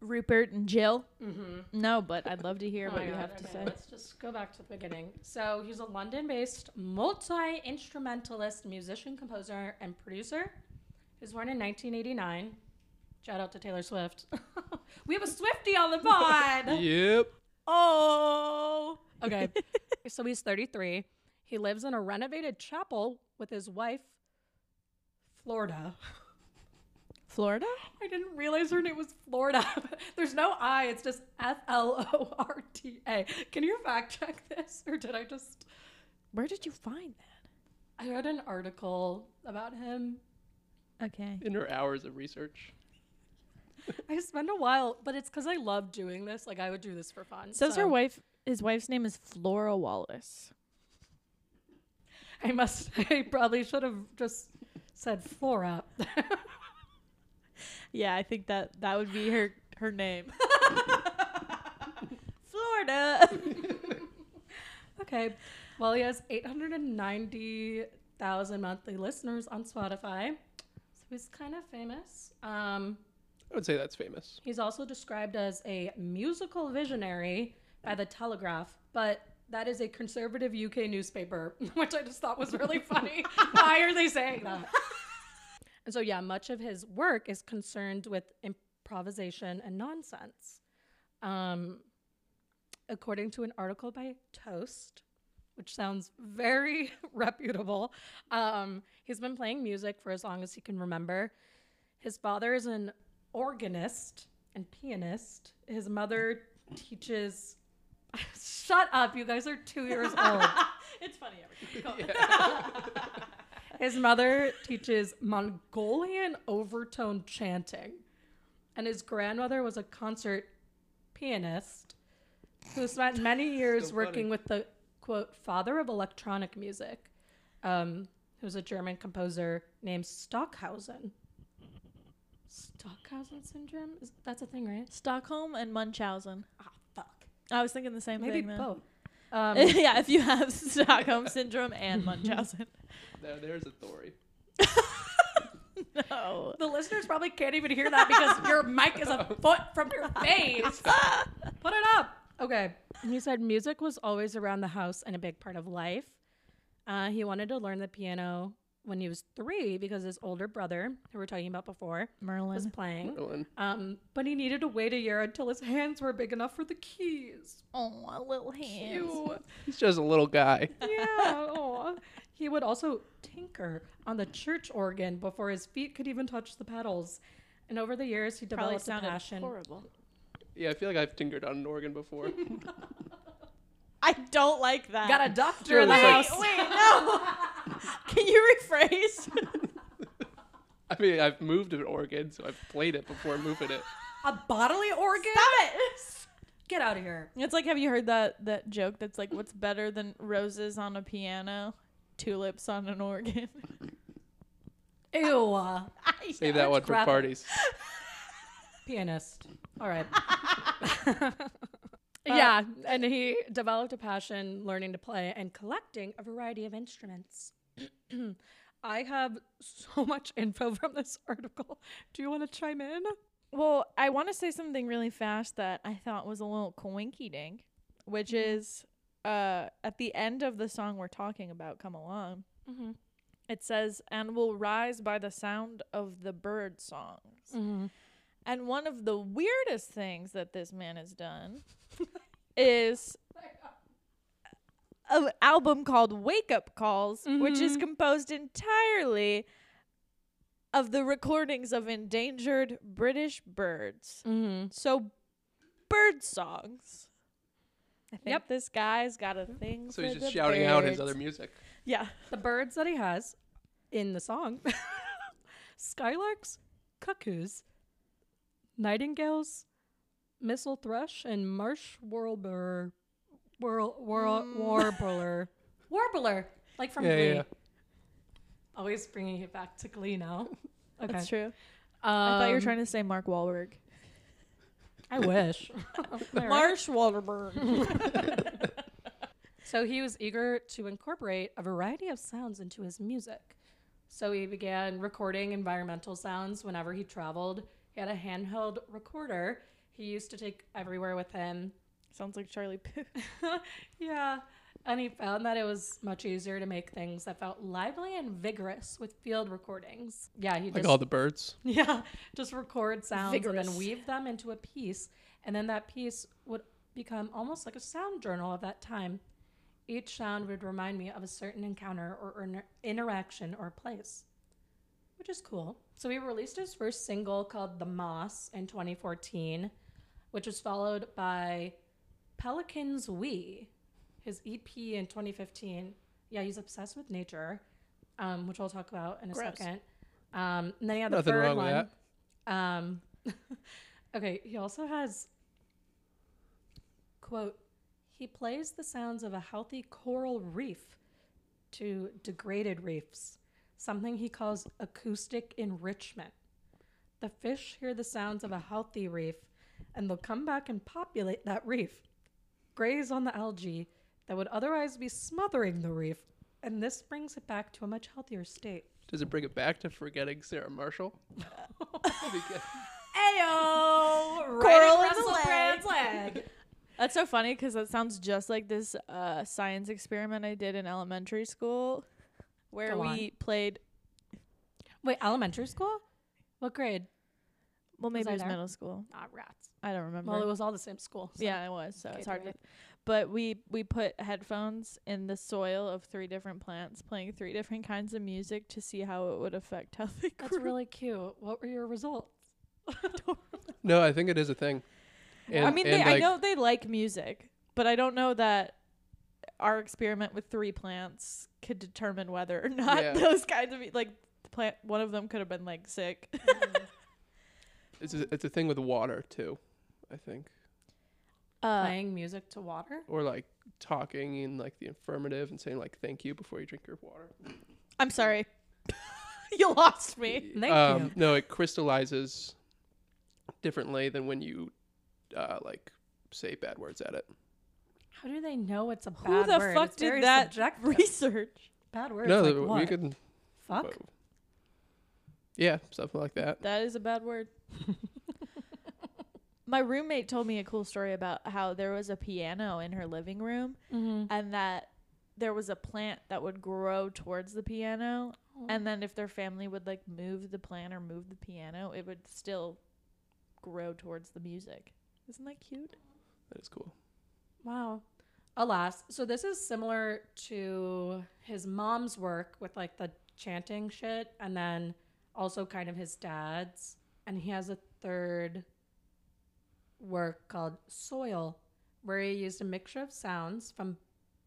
S4: Rupert and Jill. Mm-hmm. No, but I'd love to (laughs) hear
S1: Oh
S4: what
S1: my
S4: you
S1: God,
S4: have to
S1: okay,
S4: say.
S1: Let's just go back to the beginning. So he's a London-based multi-instrumentalist, musician, composer, and producer. He was born in 1989. Shout out to Taylor Swift. (laughs) we have a Swifty on the
S4: (laughs)
S1: pod.
S3: Yep.
S4: Oh, (laughs)
S1: okay, so he's 33. He lives in a renovated chapel with his wife, Florida.
S4: Florida?
S1: (laughs) I didn't realize her name was Florida. (laughs) There's no I. It's just F L O R T A. Can you fact check this, or did I just?
S4: Where did you find
S1: I read an article about him.
S4: that? Okay.
S3: in her hours of research.
S1: I spend a while, but it's because I love doing this. Like I would do this for fun.
S4: Says her
S1: so
S4: wife his wife's name is Flora Wallace.
S1: I must. (laughs) I probably should have just said Flora.
S4: Yeah, I think that that would be her her (laughs) name. (laughs) Florida.
S1: (laughs) okay. Well, he has 890,000 monthly listeners on Spotify. So he's kind of famous. Um,
S3: I would say that's famous.
S1: he's also described as a musical visionary by The Telegraph, but that is a conservative UK newspaper, (laughs) which I just thought was really funny. Why are they saying that? And so, yeah, much of his work is concerned with improvisation and nonsense. Um, according to an article by Toast, which sounds very (laughs) reputable, um, he's been playing music for as long as he can remember. His father is an organist and pianist. His mother teaches. (laughs) Shut up, you guys are two years old.
S4: it's funny every
S1: His mother teaches Mongolian overtone chanting, and his grandmother was a concert pianist who spent many years
S3: funny.
S1: working with the quote father of electronic music, um, who's a German composer named Stockhausen. Stockhausen syndrome? Is, that's a thing, right?
S4: Stockholm and Munchausen.
S1: Ah, fuck.
S4: I was thinking the same
S1: Maybe
S4: thing. man. (laughs)
S1: both. Um,
S4: yeah, if you have (laughs) Stockholm syndrome (laughs) and Munchausen.
S3: There, there's a Thori.
S4: no.
S1: (laughs) The listeners probably can't even hear that because (laughs) your mic is a foot from your (laughs) face. Put it up. Okay. He said music was always around the house and a big part of life. Uh, he wanted to learn the piano when he was three because his older brother, who we were talking about before, was
S4: Merlin.
S1: playing.
S3: Merlin.
S1: Um, but he needed to wait a year until his hands were big enough for the keys.
S4: Oh, a little hands.
S1: Ew.
S3: He's just a little guy.
S1: yeah. aw. He would also tinker on the church organ before his feet could even touch the pedals. And over the years, he
S4: Probably
S1: developed a
S4: sounded
S1: passion.
S4: horrible.
S3: Yeah, I feel like I've tinkered on an organ before.
S4: I don't like that.
S1: Got a doctor in the
S3: Wait,
S1: house.
S4: (laughs) Wait, no. Can you rephrase? (laughs)
S3: I mean, I've moved an organ, so I've played it before moving it.
S1: A bodily organ?
S4: Stop it.
S1: Get out of here.
S4: It's like, have you heard that that joke? That's like, what's better than roses on a piano, tulips on an organ?
S1: Ew. uh,
S3: Save that one for
S1: graphic.
S3: parties.
S1: Pianist. All
S4: (laughs)
S1: right. yeah, and he developed a passion learning to play and collecting a variety of instruments. (clears throat) I have so much info from this article. Do you want to chime in?
S4: Well, I want to say something really fast that I thought was a little coinky dink, which is uh, at the end of the song we're talking about, Come Along,
S1: Mhm.
S4: it says, and will rise by the sound of the bird songs. And one of the weirdest things that this man has done (laughs) is an album called Wake Up Calls, which is
S1: Mhm.
S4: composed entirely of the recordings of endangered British birds.
S1: Mm-hmm.
S4: So, bird songs. I think
S1: Yep.
S4: this guy's got a thing.
S3: So
S4: for
S3: he's
S4: the
S3: just shouting out his
S4: birds.
S3: other music.
S4: Yeah.
S1: The birds that he has in the song (laughs) skylarks, cuckoos, nightingales, missile thrush, and marsh warbler. Whirl, whirl, warbler. Mm. (laughs) Warbler! Like from
S3: Yeah,
S1: Glee.
S3: yeah, yeah.
S1: Always bringing it back to Glee now. Okay.
S4: That's true.
S1: Um,
S4: I thought you were trying to say Mark Wahlberg.
S1: I wish. (laughs)
S4: Marsh Wahlberg.
S1: So he was eager to incorporate a variety of sounds into his music. So he began recording environmental sounds whenever he traveled. He had a handheld recorder he used to take everywhere with him.
S4: (laughs) Sounds like Charlie Pooh.
S1: yeah. And he found that it was much easier to make things that felt lively and vigorous with field recordings. Yeah, he just
S3: Like all the birds.
S1: (laughs) yeah, just record sounds and
S4: Vigorous.
S1: then weave them into a piece. And then that piece would become almost like a sound journal of that time. Each sound would remind me of a certain encounter or inter- interaction or place. which is cool. So he released his first single called The Moss in 2014, which was followed by Pelicans We, his EP in 2015. Yeah, he's obsessed with nature, um, which we'll talk about in a
S4: Gross.
S1: second. Um, and then he had the
S3: Nothing
S1: third
S3: wrong with
S1: one. Um, (laughs) okay, he also has quote he plays the sounds of a healthy coral reef to degraded reefs, something he calls acoustic enrichment. The fish hear the sounds of a healthy reef and they'll come back and populate that reef, graze on the algae that would otherwise be smothering the reef, and this brings it back to a much healthier state.
S3: Does it bring it back to forgetting Sarah Marshall? (laughs)
S1: Ayo!
S4: Coral in the
S1: Russell
S4: leg.
S1: Brand's leg.
S4: That's so funny because that sounds just like this uh, science experiment I did in elementary school where
S1: Go on.
S4: we played,
S1: Wait, elementary school? What grade?
S4: well, maybe
S1: I
S4: it was
S1: there?
S4: middle school.
S1: Not Ah, rats.
S4: I don't remember.
S1: Well, it was all the same school. so-
S4: yeah, it was. So
S1: Okay,
S4: it's hard
S1: do
S4: to.
S1: it.
S4: But we we put headphones in the soil of three different plants, playing three different kinds of music to see how it would affect how they
S1: That's
S4: grew.
S1: really cute. What were your results?
S3: No, I think it is a thing. And,
S1: (laughs)
S4: I mean,
S3: and
S4: they, I
S3: like,
S4: know they like music, but I don't know that our experiment with three plants could determine whether or (laughs) not
S3: Yeah.
S4: those kinds of like the plant. One of them could have been like sick.
S1: uh,
S3: it's a, it's a thing with water too. I think,
S4: Uh,
S1: Playing music to water?
S3: or like talking in like the affirmative and saying like thank you before you drink your water.
S4: I'm sorry, (laughs) you lost me.
S1: Thank you.
S3: Um, No, it crystallizes differently than when you uh, like say bad words at it.
S1: How do they know it's a bad
S4: Who the
S1: word?
S4: fuck
S1: It's very
S4: did that
S1: subjective.
S4: research?
S1: bad word?
S3: no,
S1: No, like
S3: th-
S1: what?
S3: we can.
S1: fuck.
S3: Yeah, stuff like that.
S4: That is a bad (laughs) word. My roommate told me a cool story about how there was a piano in her living room
S1: Mm-hmm.
S4: and that there was a plant that would grow towards the piano and then if their family would like move the plant or move the piano, it would still grow towards the music. Isn't that cute?
S3: That is cool.
S1: Wow. Alas, so this is similar to his mom's work with like the chanting shit, and then also kind of his dad's. And he has a third work called Soil, where he used a mixture of sounds from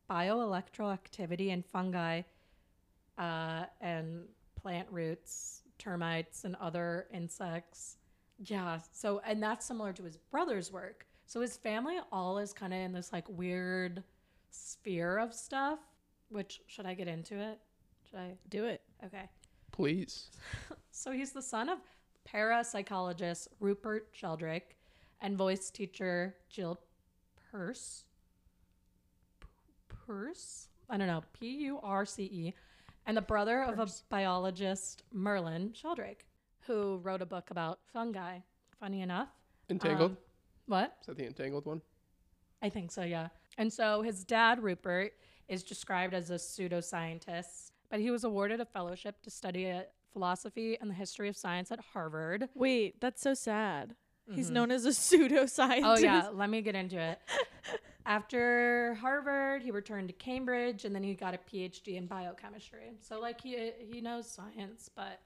S1: bioelectro activity in fungi uh, and plant roots, termites, and other insects. Yeah. So, and that's similar to his brother's work. So his family all is kind of in this like weird sphere of stuff. Which should I get into it? Should I?
S4: Do it.
S1: Okay.
S3: Please.
S1: So he's the son of parapsychologist Rupert Sheldrake and voice teacher Jill Purse. P- Purse? I don't know. P U R C E. And the brother of a biologist, Merlin Sheldrake, who wrote a book about fungi. Funny enough.
S3: Entangled.
S1: Um, what?
S3: is that the entangled one?
S1: I think so, yeah. And so his dad, Rupert, is described as a pseudoscientist, but he was awarded a fellowship to study uh, philosophy and the history of science at Harvard.
S4: Wait, that's so sad. He's known as a (laughs) pseudoscientist.
S1: Oh, yeah, let me get into it. After Harvard, he returned to Cambridge and then he got a PhD in biochemistry. So, like, he, he knows science, but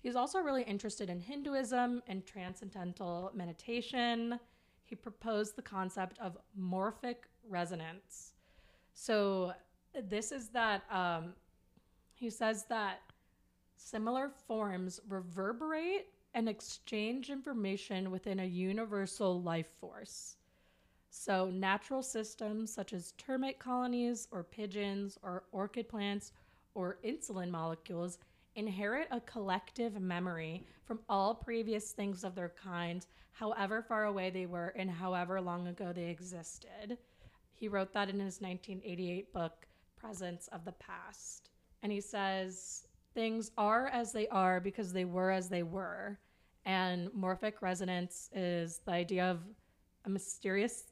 S1: He's also really interested in Hinduism and transcendental meditation. He proposed the concept of morphic resonance. So, this is that um, he says that similar forms reverberate and exchange information within a universal life force. So, natural systems such as termite colonies or pigeons or orchid plants or insulin molecules inherit a collective memory from all previous things of their kind, however far away they were and however long ago they existed. He wrote that in his 1988 book, Presence of the Past. And he says, Things are as they are because they were as they were. And morphic resonance is the idea of a mysterious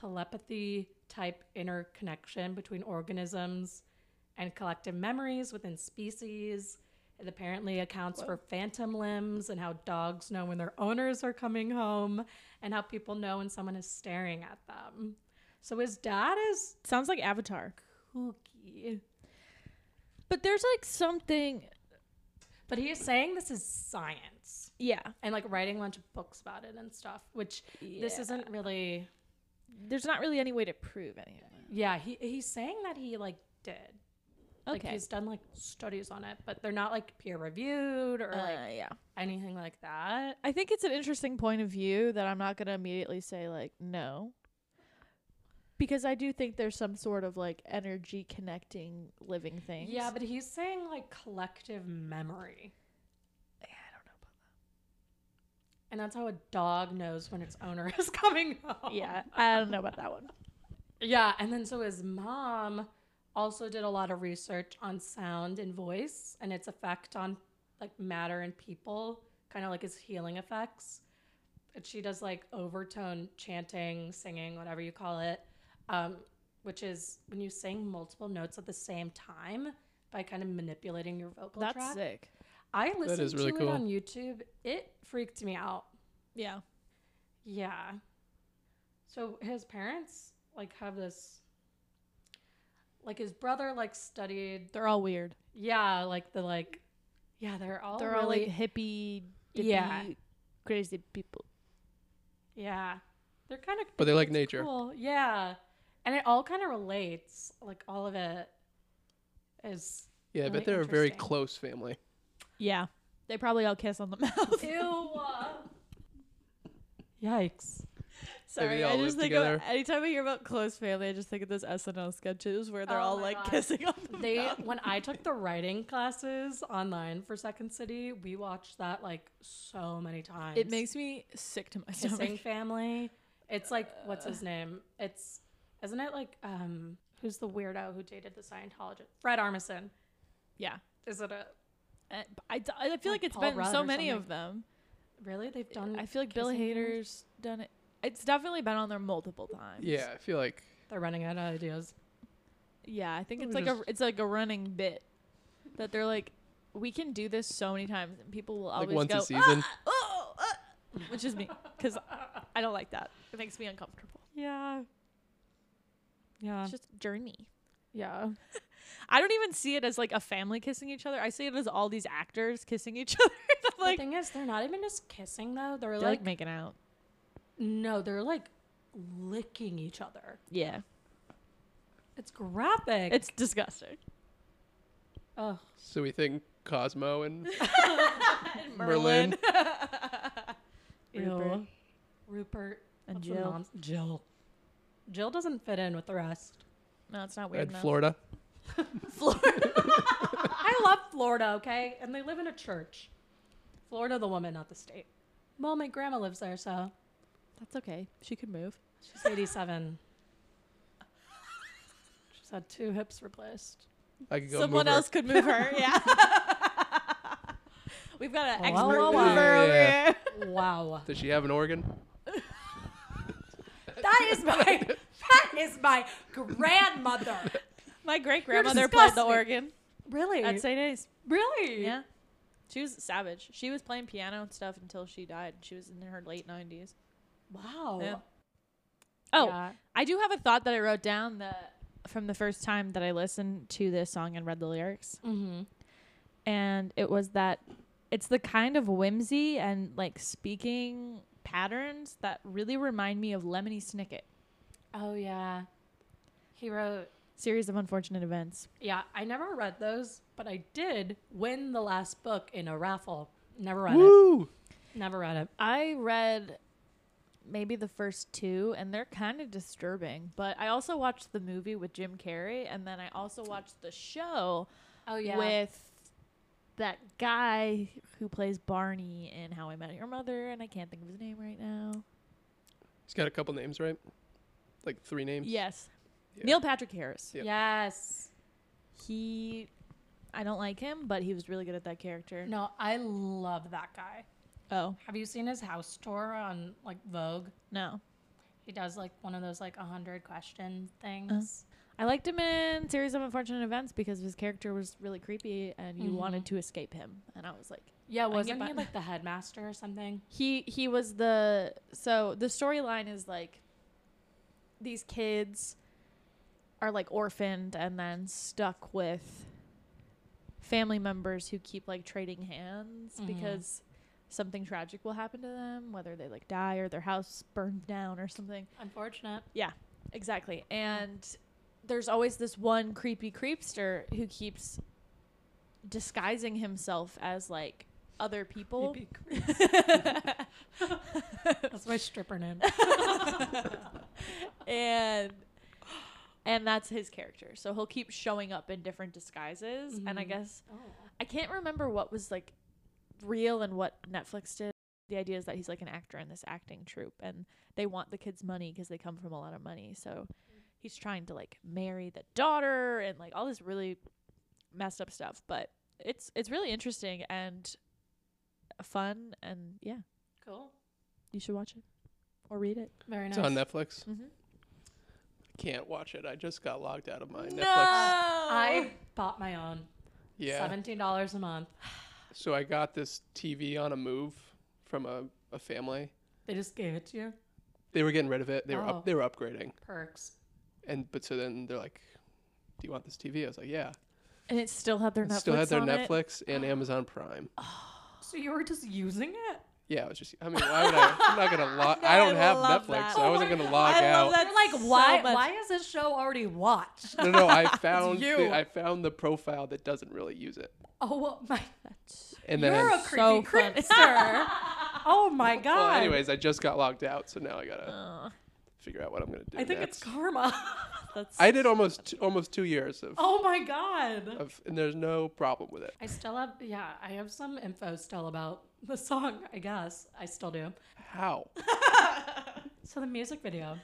S1: telepathy type interconnection between organisms and collective memories within species. It apparently accounts for phantom limbs and how dogs know when their owners are coming home and how people know when someone is staring at them. So his dad is
S4: Sounds like Avatar.
S1: kooky.
S4: But there's like something
S1: But he is saying this is science
S4: Yeah.
S1: and like writing a bunch of books about it and stuff, which this isn't really.
S4: There's not really any way to prove any of that.
S1: Yeah, he he's saying that he like did. Like
S4: Okay.
S1: he's done like studies on it, but they're not like peer reviewed or like
S4: Uh, yeah.
S1: anything like that.
S4: I think it's an interesting point of view that I'm not going to immediately say like no. Because I do think there's some sort of like energy connecting living things.
S1: Yeah, but he's saying like collective memory. Yeah, I don't know about that. And that's how a dog knows when its owner (laughs) is coming home.
S4: yeah, I don't know about that one.
S1: Yeah, and then so his mom also did a lot of research on sound and voice and its effect on like matter and people, kind of like its healing effects. And she does like overtone chanting, singing, whatever you call it, um, which is when you sing multiple notes at the same time by kind of manipulating your vocal
S4: That's
S1: track.
S4: sick.
S1: I listened
S3: is really
S1: to
S3: cool.
S1: it on YouTube. It freaked me out.
S4: Yeah.
S1: Yeah. So his parents like have this like his brother like studied
S4: They're all weird.
S1: yeah, like the like yeah, they're all
S4: They're
S1: really
S4: all like hippie, dippy,
S1: Yeah.
S4: crazy people.
S1: yeah. They're kind of
S3: But they like nature.
S1: cool. Yeah. And it all kind of relates. Like all of it is
S3: Yeah, I
S1: Really
S3: bet they're a very
S1: interesting.
S3: close family.
S4: Yeah. They probably all kiss on the (laughs) mouth.
S1: ew. (laughs) Yikes.
S4: Sorry,
S3: they
S4: I
S3: all
S4: just think
S3: live together.
S4: of, anytime I hear about close family, I just think of those SNL sketches where they're
S1: Oh
S4: all
S1: my
S4: like
S1: God.
S4: kissing on the
S1: They
S4: mouth.
S1: when I took the writing classes online for Second City, we watched that like so many times.
S4: It makes me sick to my
S1: kissing
S4: stomach.
S1: family. It's like what's his name? It's isn't it like um who's the weirdo who dated the Scientologist? Fred Armisen.
S4: Yeah.
S1: Is it a
S4: Uh, I, d- I feel
S1: Like
S4: like, it's
S1: Paul
S4: been
S1: Rudd
S4: so
S1: or something.
S4: many of them.
S1: really? They've done.
S4: I feel like Bill
S1: kissing films?
S4: Hader's done it. It's definitely been on there multiple times.
S3: Yeah, I feel like
S1: They're running out of ideas.
S4: Yeah, I think
S3: Let
S4: it's
S3: me
S4: like a
S3: just-
S4: it's like a running bit that they're like, we can do this so many times, and people will always
S3: like once
S4: go,
S3: a season.
S4: "Ah, oh, ah," which is me, because I don't like that. It makes me uncomfortable.
S1: (laughs) Yeah. Yeah. Um,
S4: It's just a journey.
S1: Yeah. (laughs)
S4: I don't even see it as like a family kissing each other. I see it as all these actors kissing each (laughs) other. I'm like,
S1: the thing is, they're not even just kissing though. They're
S4: they're
S1: like,
S4: like making out.
S1: no, they're like licking each other.
S4: Yeah,
S1: It's graphic.
S4: it's disgusting.
S1: Ugh.
S3: So we think Cosmo
S1: (laughs)
S3: and
S4: Merlin.
S3: Merlin.
S1: Rupert.
S4: Rupert.
S1: Ew. Rupert.
S4: And
S1: What's the
S4: Jill.
S1: mom's- Jill. Jill doesn't fit in with the rest. (laughs)
S4: No, it's not weird.
S3: Red
S4: enough.
S3: Florida.
S1: I love Florida, okay? And they live in a church. Florida, the woman, not the state. Well, my grandma lives there, so
S4: That's okay. She could move.
S1: she's 87. she's had two hips replaced.
S3: I could go
S4: Someone
S3: move her.
S4: else could move
S3: (laughs)
S4: her. Yeah. (laughs) We've got an
S1: Wow,
S4: expert
S1: wow, wow.
S4: mover over
S3: Yeah.
S4: here. (laughs)
S1: Wow.
S3: Does she have an organ?
S1: that is my that is my grandmother.
S4: My great grandmother played the
S1: disgusting.
S4: organ
S1: Really?
S4: at St. A's.
S1: really?
S4: Yeah. She was savage. She was playing piano and stuff until she died. She was in her late 90s.
S1: Wow.
S4: Yeah. Oh,
S1: Yeah.
S4: I do have a thought that I wrote down that from the first time that I listened to this song and read the lyrics.
S1: Mhm.
S4: and it was that it's the kind of whimsy and like speaking patterns that really remind me of Lemony Snicket,
S1: Oh yeah. He wrote
S4: series of unfortunate events.
S1: Yeah, I never read those, but I did win the last book in a raffle. Never read
S3: Woo!
S1: it. Never read it.
S4: I read maybe the first two, and they're kind of disturbing. But I also watched the movie with Jim Carrey, and then I also watched the show
S1: Oh yeah.
S4: with that guy who plays Barney in How I Met Your Mother, and I can't think of his name right now.
S3: He's got a couple names, right? Like three names.
S4: Yes,
S3: Yeah.
S4: Neil Patrick Harris.
S3: Yep.
S1: Yes.
S4: he I don't like him, but he was really good at that character.
S1: No, I love that guy.
S4: Oh,
S1: Have you seen his house tour on like Vogue?
S4: no.
S1: He does like one of those like 100 question things.
S4: I liked him in Series of Unfortunate Events because his character was really creepy and you wanted to escape him. And I was like,
S1: Yeah,
S4: get
S1: wasn't he
S4: behind-
S1: like the headmaster or something?
S4: he he was the so the storyline is like these kids are like orphaned and then stuck with family members who keep like trading hands because something tragic will happen to them, whether they like die or their house burns down or something.
S1: Unfortunate.
S4: Exactly. And there's always this one creepy creepster who keeps disguising himself as like other people.
S1: (laughs)
S4: (laughs)
S1: That's my stripper (laughs) name. Oh,
S4: and and that's his character. So he'll keep showing up in different disguises. And I
S1: Mhm.
S4: guess I can't remember what was like real and what Netflix did. The idea is that he's like an actor in this acting troupe and they want the kids money because they come from a lot of money. So he's trying to like marry the daughter and like all this really messed up stuff, but it's it's really interesting and fun and yeah,
S1: Cool.
S4: you should watch it or read it.
S1: Very nice.
S3: It's on Netflix.
S4: Mhm.
S3: I can't watch it. I just got logged out of my Netflix.
S1: I
S4: I
S1: bought my own.
S3: Yeah.
S1: Seventeen dollars a month.
S3: So I got this TV on a move from a, a family.
S1: They just gave it to you.
S3: They were getting rid of it. They were
S1: Oh.
S3: up, they were upgrading.
S1: Perks.
S3: And but so then they're like, "Do you want this TV?" I was like, "Yeah."
S4: and it still had their Netflix.
S3: Still had their
S4: on it.
S3: Netflix
S4: (gasps)
S3: and Amazon Prime.
S1: So you were just using it?
S3: Yeah, I was just.
S4: (laughs)
S3: I mean, why would I? I'm not gonna log. I don't have
S4: love
S3: Netflix,
S4: that.
S3: so I
S4: (laughs)
S3: wasn't gonna log
S4: I
S3: out.
S4: love that.
S1: You're like,
S4: so
S1: why?
S4: much.
S1: why is this show already watched?
S3: No,
S1: (laughs)
S3: no, I found
S4: you.
S3: the, I found the profile that doesn't really use it,
S1: Oh my!
S3: and then
S1: You're a
S3: I'm-
S1: creepy
S4: so fun.
S1: creepster. oh my god!
S3: (laughs) well, anyways, I just got logged out, so now I gotta
S4: Aw,
S3: figure out what I'm gonna do.
S1: I think it's
S3: next.
S1: karma. (laughs)
S4: that's
S3: I did almost t- almost two years of,
S1: oh my god!
S3: of, and there's no problem with it.
S1: I still have yeah. I have some info still about the song. I guess I still (laughs) do.
S3: How?
S1: So the music video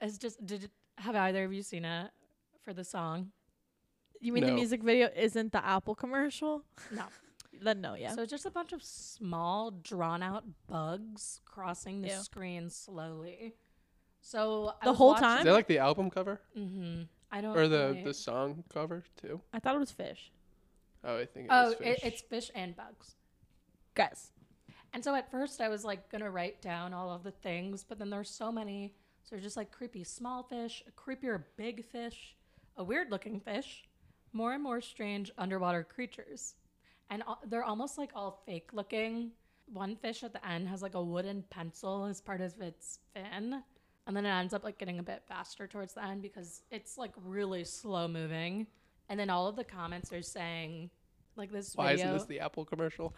S1: is just. Did have either of you seen it for the song?
S4: you mean the
S3: No.
S4: music video isn't the Apple commercial?
S1: No.
S4: Then no, yeah.
S1: So it's just a bunch of small, drawn out bugs crossing the
S4: Ew.
S1: screen slowly. So I
S4: The
S1: was
S4: whole
S1: watching-
S4: time?
S3: Is that like the album cover
S1: Mhm. I don't.
S3: or the
S1: really-
S3: the song cover too?
S4: I thought it was fish.
S3: Oh, I think. It
S1: oh,
S3: was
S1: it,
S3: fish.
S1: it's fish and bugs.
S4: Guys,
S1: And so at first I was like gonna write down all of the things, but then there's so many. So there's just like creepy small fish, a creepier big fish, a weird looking fish, more and more strange underwater creatures, and al- they're almost like all fake looking. One fish at the end has like a wooden pencil as part of its fin, and then it ends up like getting a bit faster towards the end because it's like really slow moving. And then all of the comments are saying like this
S3: Why
S1: video
S3: isn't this the
S1: (laughs)
S3: Apple commercial?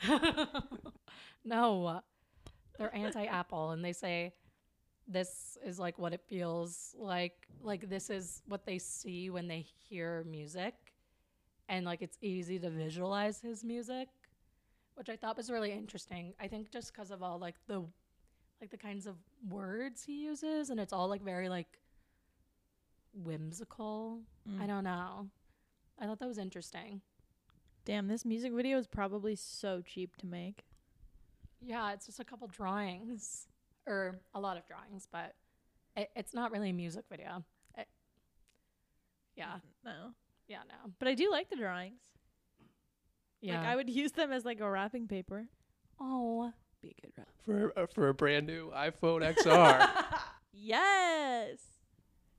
S1: no, they're anti-Apple, and they say this is like what it feels like. Like this is what they see when they hear music, and like it's easy to visualize his music, which I thought was really interesting. I think just because of all like the like the kinds of words he uses, and it's all like very like whimsical. I don't know. I thought that was interesting.
S4: damn, this music video is probably so cheap to make.
S1: Yeah, it's just a couple drawings or a lot of drawings, but it, it's not really a music video. It- yeah,
S4: No,
S1: yeah, no.
S4: but I do like the drawings.
S1: Yeah.
S4: Like I would (laughs) use them as like a wrapping paper.
S1: oh,
S4: Be a good wrap.
S3: for uh, for a brand new iPhone
S1: (laughs)
S3: XR.
S4: Yes.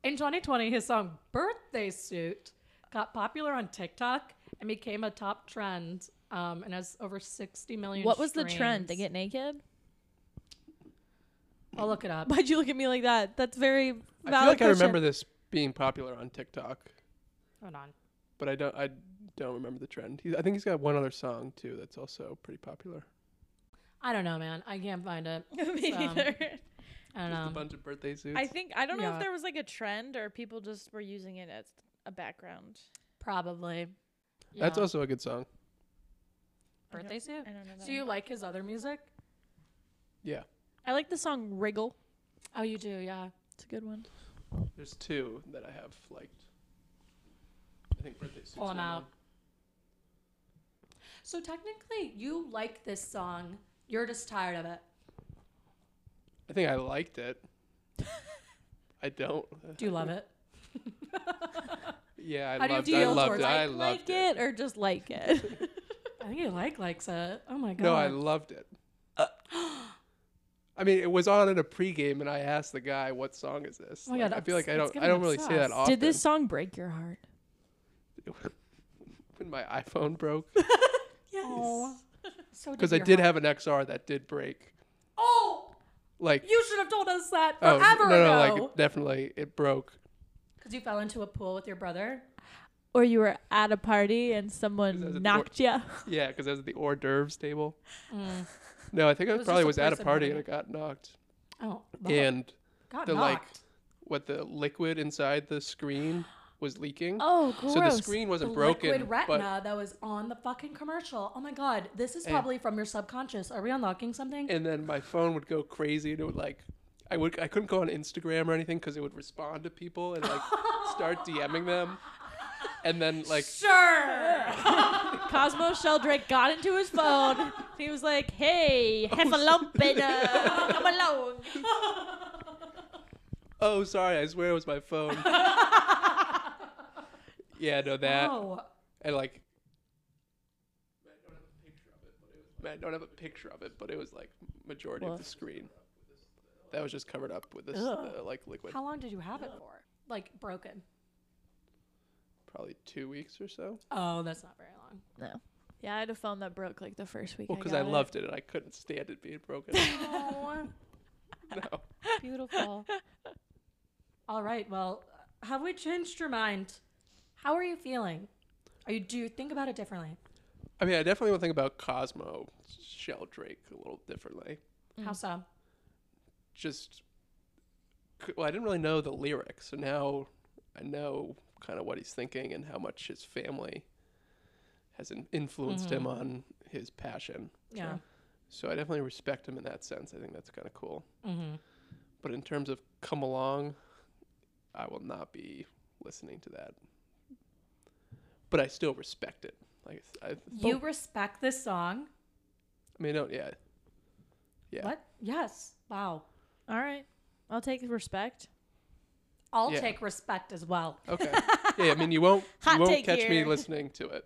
S1: in 2020, his song Birthday Suit got popular on TikTok and became a top trend um, and has over 60 million.
S4: What was the trend?
S1: streams.
S4: They get naked?
S1: I'll look it up.
S4: Why'd you look at me like that? That's very valid.
S3: I feel like I
S4: question.
S3: remember this being popular on TikTok,
S1: Hold on.
S3: but I don't I don't remember the trend. He, I think he's got one other song too that's also pretty popular.
S1: I don't know, man. I can't find it.
S4: (laughs) Me
S1: So,
S4: neither.
S1: I
S3: Just a
S1: don't know.
S3: bunch of birthday suits.
S4: I think I don't know
S1: Yeah.
S4: if there was like a trend or people just were using it as a background.
S1: Probably.
S3: That's
S1: Yeah.
S3: also a good song.
S1: Birthday Suit.
S4: I don't know. That
S1: Do you like his other music?
S3: Yeah,
S4: I like the song "Wriggle."
S1: Oh, you do, yeah.
S4: It's a good one.
S3: there's two that I have liked. I think birthday suits.
S1: Pull 'em
S3: are
S1: out.
S3: one.
S1: So technically, you like this song. You're just tired of it.
S3: I think I liked it. I don't.
S1: Do you love it?
S3: Yeah, I
S1: How do you
S3: loved. I
S1: feel
S3: loved
S1: towards
S3: it.
S1: it?
S3: I
S4: like
S3: loved it.
S4: it or just like it.
S3: (laughs)
S1: I think you like likes it. Oh my god.
S3: No, I loved it.
S1: Uh,
S3: I mean, it was on in a pregame, and I asked the guy, "What song is this?"
S1: Oh my God,
S3: Like, I feel like I
S1: it's- it's
S3: don't. I
S1: getting
S3: don't really say that
S1: obsessed.
S3: often.
S4: Did this song break your heart?
S3: (laughs) when and my iPhone broke
S4: Yes.
S1: Oh, (laughs) so did
S3: because I
S1: your
S3: did
S1: mom.
S3: have an XR that did break.
S1: Oh,
S3: Like
S1: you should have told us that
S3: oh
S1: forever
S3: no no
S1: ago.
S3: like it definitely it broke.
S1: (sighs) Because you fell into a pool with your brother.
S4: Or you were at a party and
S3: Is that
S4: someone
S3: the
S4: knocked you.
S3: Yeah, because I was at the hors d'oeuvres table.
S1: Mm.
S3: No, I think I
S1: was
S3: probably
S1: just a
S3: was at a
S1: person
S3: party and
S1: having
S3: I got knocked.
S1: Oh,
S3: And
S1: got
S3: the like
S1: knocked.
S3: what the liquid inside the screen was leaking.
S4: Oh, gross.
S3: so the screen wasn't broken.
S1: liquid
S3: but
S1: retina that was on the fucking commercial. Oh my god, this is
S3: And-
S1: probably from your subconscious. Are we unlocking something?
S3: and then my phone would go crazy and it would like I would I couldn't go on Instagram or anything because it would respond to people and like start DMing them, and then like
S1: sure.
S4: Cosmo Sheldrake got into his phone. and he was like, "Hey, have a lump and uh, come along."
S3: oh sorry I swear it was
S1: (laughs)
S3: my phone. yeah, no that
S1: Oh,
S3: and like. I don't have a picture of it, but it was like majority of the screen that was just covered up with this
S1: Ugh.
S3: uh, like liquid.
S1: how long did you have it for? Like broken.
S3: Probably two weeks or so.
S1: Oh, that's not very long.
S4: No. Yeah, I had a phone that broke like the first week.
S3: Well, because Oh, I,
S4: got it.
S3: loved it. and I couldn't stand it being
S1: (laughs)
S3: broken.
S1: Oh,
S3: no.
S4: (laughs)
S1: beautiful. All right. Well, have we changed your mind? How are you feeling? Are you do you think about it differently?
S3: I mean, I definitely would think about Cosmo Sheldrake a little differently.
S1: How so?
S3: Just, c- well, I didn't really know the lyrics, so now I know kind of what he's thinking and how much his family has in- influenced him on his passion.
S1: Yeah.
S3: So I definitely respect him in that sense. I think that's kind of cool.
S1: Mm-hmm.
S3: But in terms of come along, I will not be listening to that. But I still respect it. Like I,
S1: You respect this song?
S3: I mean, no, yeah, Yeah.
S1: What? Yes. Wow.
S4: Mm. All right, I'll take respect.
S1: I'll
S3: Yeah.
S1: take respect as well.
S3: Okay. Yeah, I mean, you won't
S4: Hot
S3: you won't
S4: take
S3: catch me
S4: here.
S3: listening to it.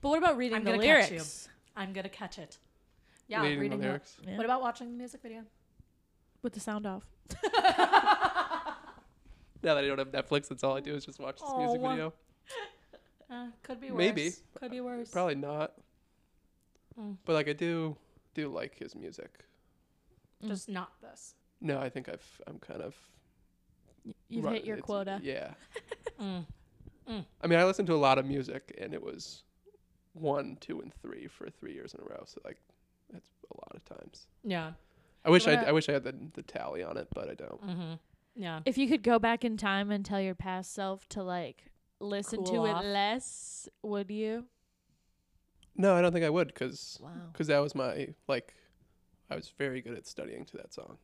S4: But what about reading
S1: I'm
S4: the
S1: gonna catch you.
S4: lyrics?
S1: I'm gonna catch it. Yeah,
S3: Reading
S1: reading,
S3: the
S1: the
S3: lyrics.
S4: Yeah.
S1: What about watching the music (laughs) video?
S4: With the sound off.
S3: Now that I don't have Netflix, that's all I do is just watch this music
S1: Oh.
S3: video.
S1: Uh, could be worse.
S3: Maybe.
S1: Could be worse.
S3: Probably not.
S1: Mm.
S3: But like I do do like his music.
S1: Just not this.
S3: No, I think I've I'm kind of
S4: You've
S3: run-
S4: hit your
S3: it's-
S4: quota.
S3: Yeah.
S1: Mm.
S3: I mean, I listened to a lot of music, and it was one, two, and three for three years in a row. So like, that's a lot of times.
S1: Yeah.
S3: I wish
S1: What
S3: I
S1: about-
S3: I wish I had the the tally on it, but I don't.
S1: Mm-hmm. Yeah.
S4: If you could go back in time and tell your past self to like listen to
S1: Cool
S4: it
S1: off.
S4: less, would you?
S3: No, I don't think I would, cause
S4: Wow,
S3: 'cause that was my like, I was very good at studying to that song.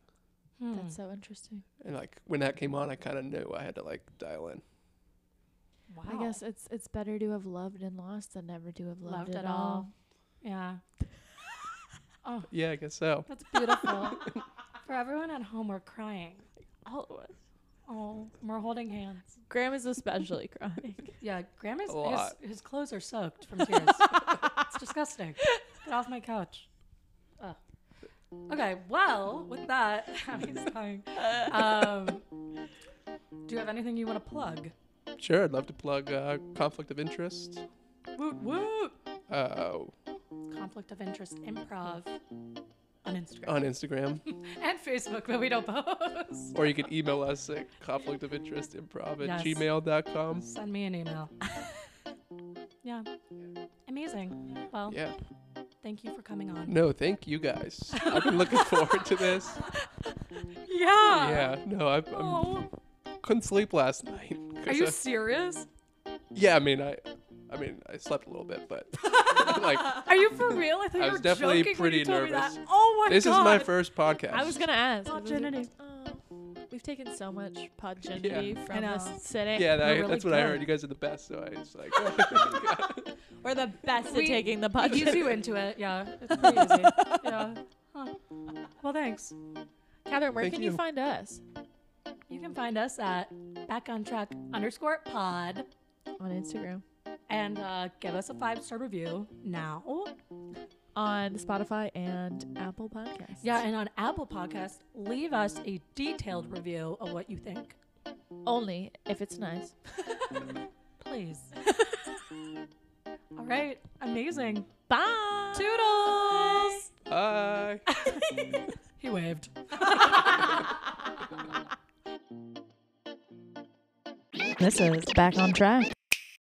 S1: Hmm.
S4: that's so interesting.
S3: And like when that came on, I kind of knew I had to like dial in.
S1: Wow.
S4: I guess it's it's better to have loved and lost than never to have loved,
S1: Loved
S4: at
S1: at all.
S4: all.
S1: (laughs) Yeah. Oh,
S3: Yeah, I guess so.
S1: that's beautiful. For everyone at home, we're crying.
S4: All of us.
S1: Oh, we're holding hands.
S4: Graham is especially (laughs)
S3: (laughs)
S4: crying.
S1: Yeah, Grandma's
S3: A lot.
S1: his, his clothes are soaked (laughs) from tears. it's disgusting. Get off my couch. Ugh. Okay, well, with that, (laughs) Abby's crying. Um, do you have anything you want to plug?
S3: Sure, I'd love to plug uh, Conflict of Interest.
S1: Woot woot!
S3: Uh,
S1: Conflict of interest improv on Instagram
S3: on Instagram,
S1: and Facebook, but we don't post.
S3: or you can email us at conflictofinterestimprov
S1: Yes.
S3: at gmail.com.
S1: Send me an
S4: (laughs)
S1: email. yeah, amazing. Well,
S3: Yeah.
S1: thank you for coming on.
S3: No, thank you guys. I've
S1: (laughs)
S3: been looking forward to this.
S1: Yeah.
S3: Yeah, no, I I'm,
S1: Oh,
S3: couldn't sleep last night. (laughs) 'cause
S1: are you
S3: I-
S1: serious?
S3: yeah, I mean, I, I mean, I slept a little
S1: (laughs)
S3: bit, but (laughs) like
S1: Are you for real? I thought
S3: I
S1: you
S3: was
S1: were
S3: definitely
S1: joking when you
S3: pretty
S1: told me
S3: nervous.
S1: that. Oh my
S3: this
S1: god!
S3: is my first podcast.
S4: I was gonna ask.
S1: Pod
S4: It was-
S1: Genity.
S4: Oh, we've taken so much podgenity
S1: I
S4: from
S1: know.
S4: this today.
S3: Yeah, that,
S1: We're really
S3: that's what I
S1: good.
S3: heard. You guys are the best, so I
S1: (laughs)
S3: was like, (laughs)
S4: We're the (laughs) best
S1: We- (laughs)
S4: at taking the
S1: It eased
S4: podgenity.
S1: you into it. Yeah, it's pretty easy. Yeah. Huh. Well, thanks.
S4: Catherine, where
S3: Thank
S4: can you.
S3: you.
S4: find us?
S1: You can find us at back on track underscore pod
S4: On Instagram.
S1: and uh, give us a five star review now.
S4: On Spotify and Apple Podcasts.
S1: Yeah, and on Apple Podcast, leave us a detailed review of what you think, (laughs)
S4: Only if it's nice.
S1: please. All right. Amazing.
S4: Bye.
S1: Toodles.
S3: Bye.
S1: (laughs) He waved.
S4: This is Back on Track.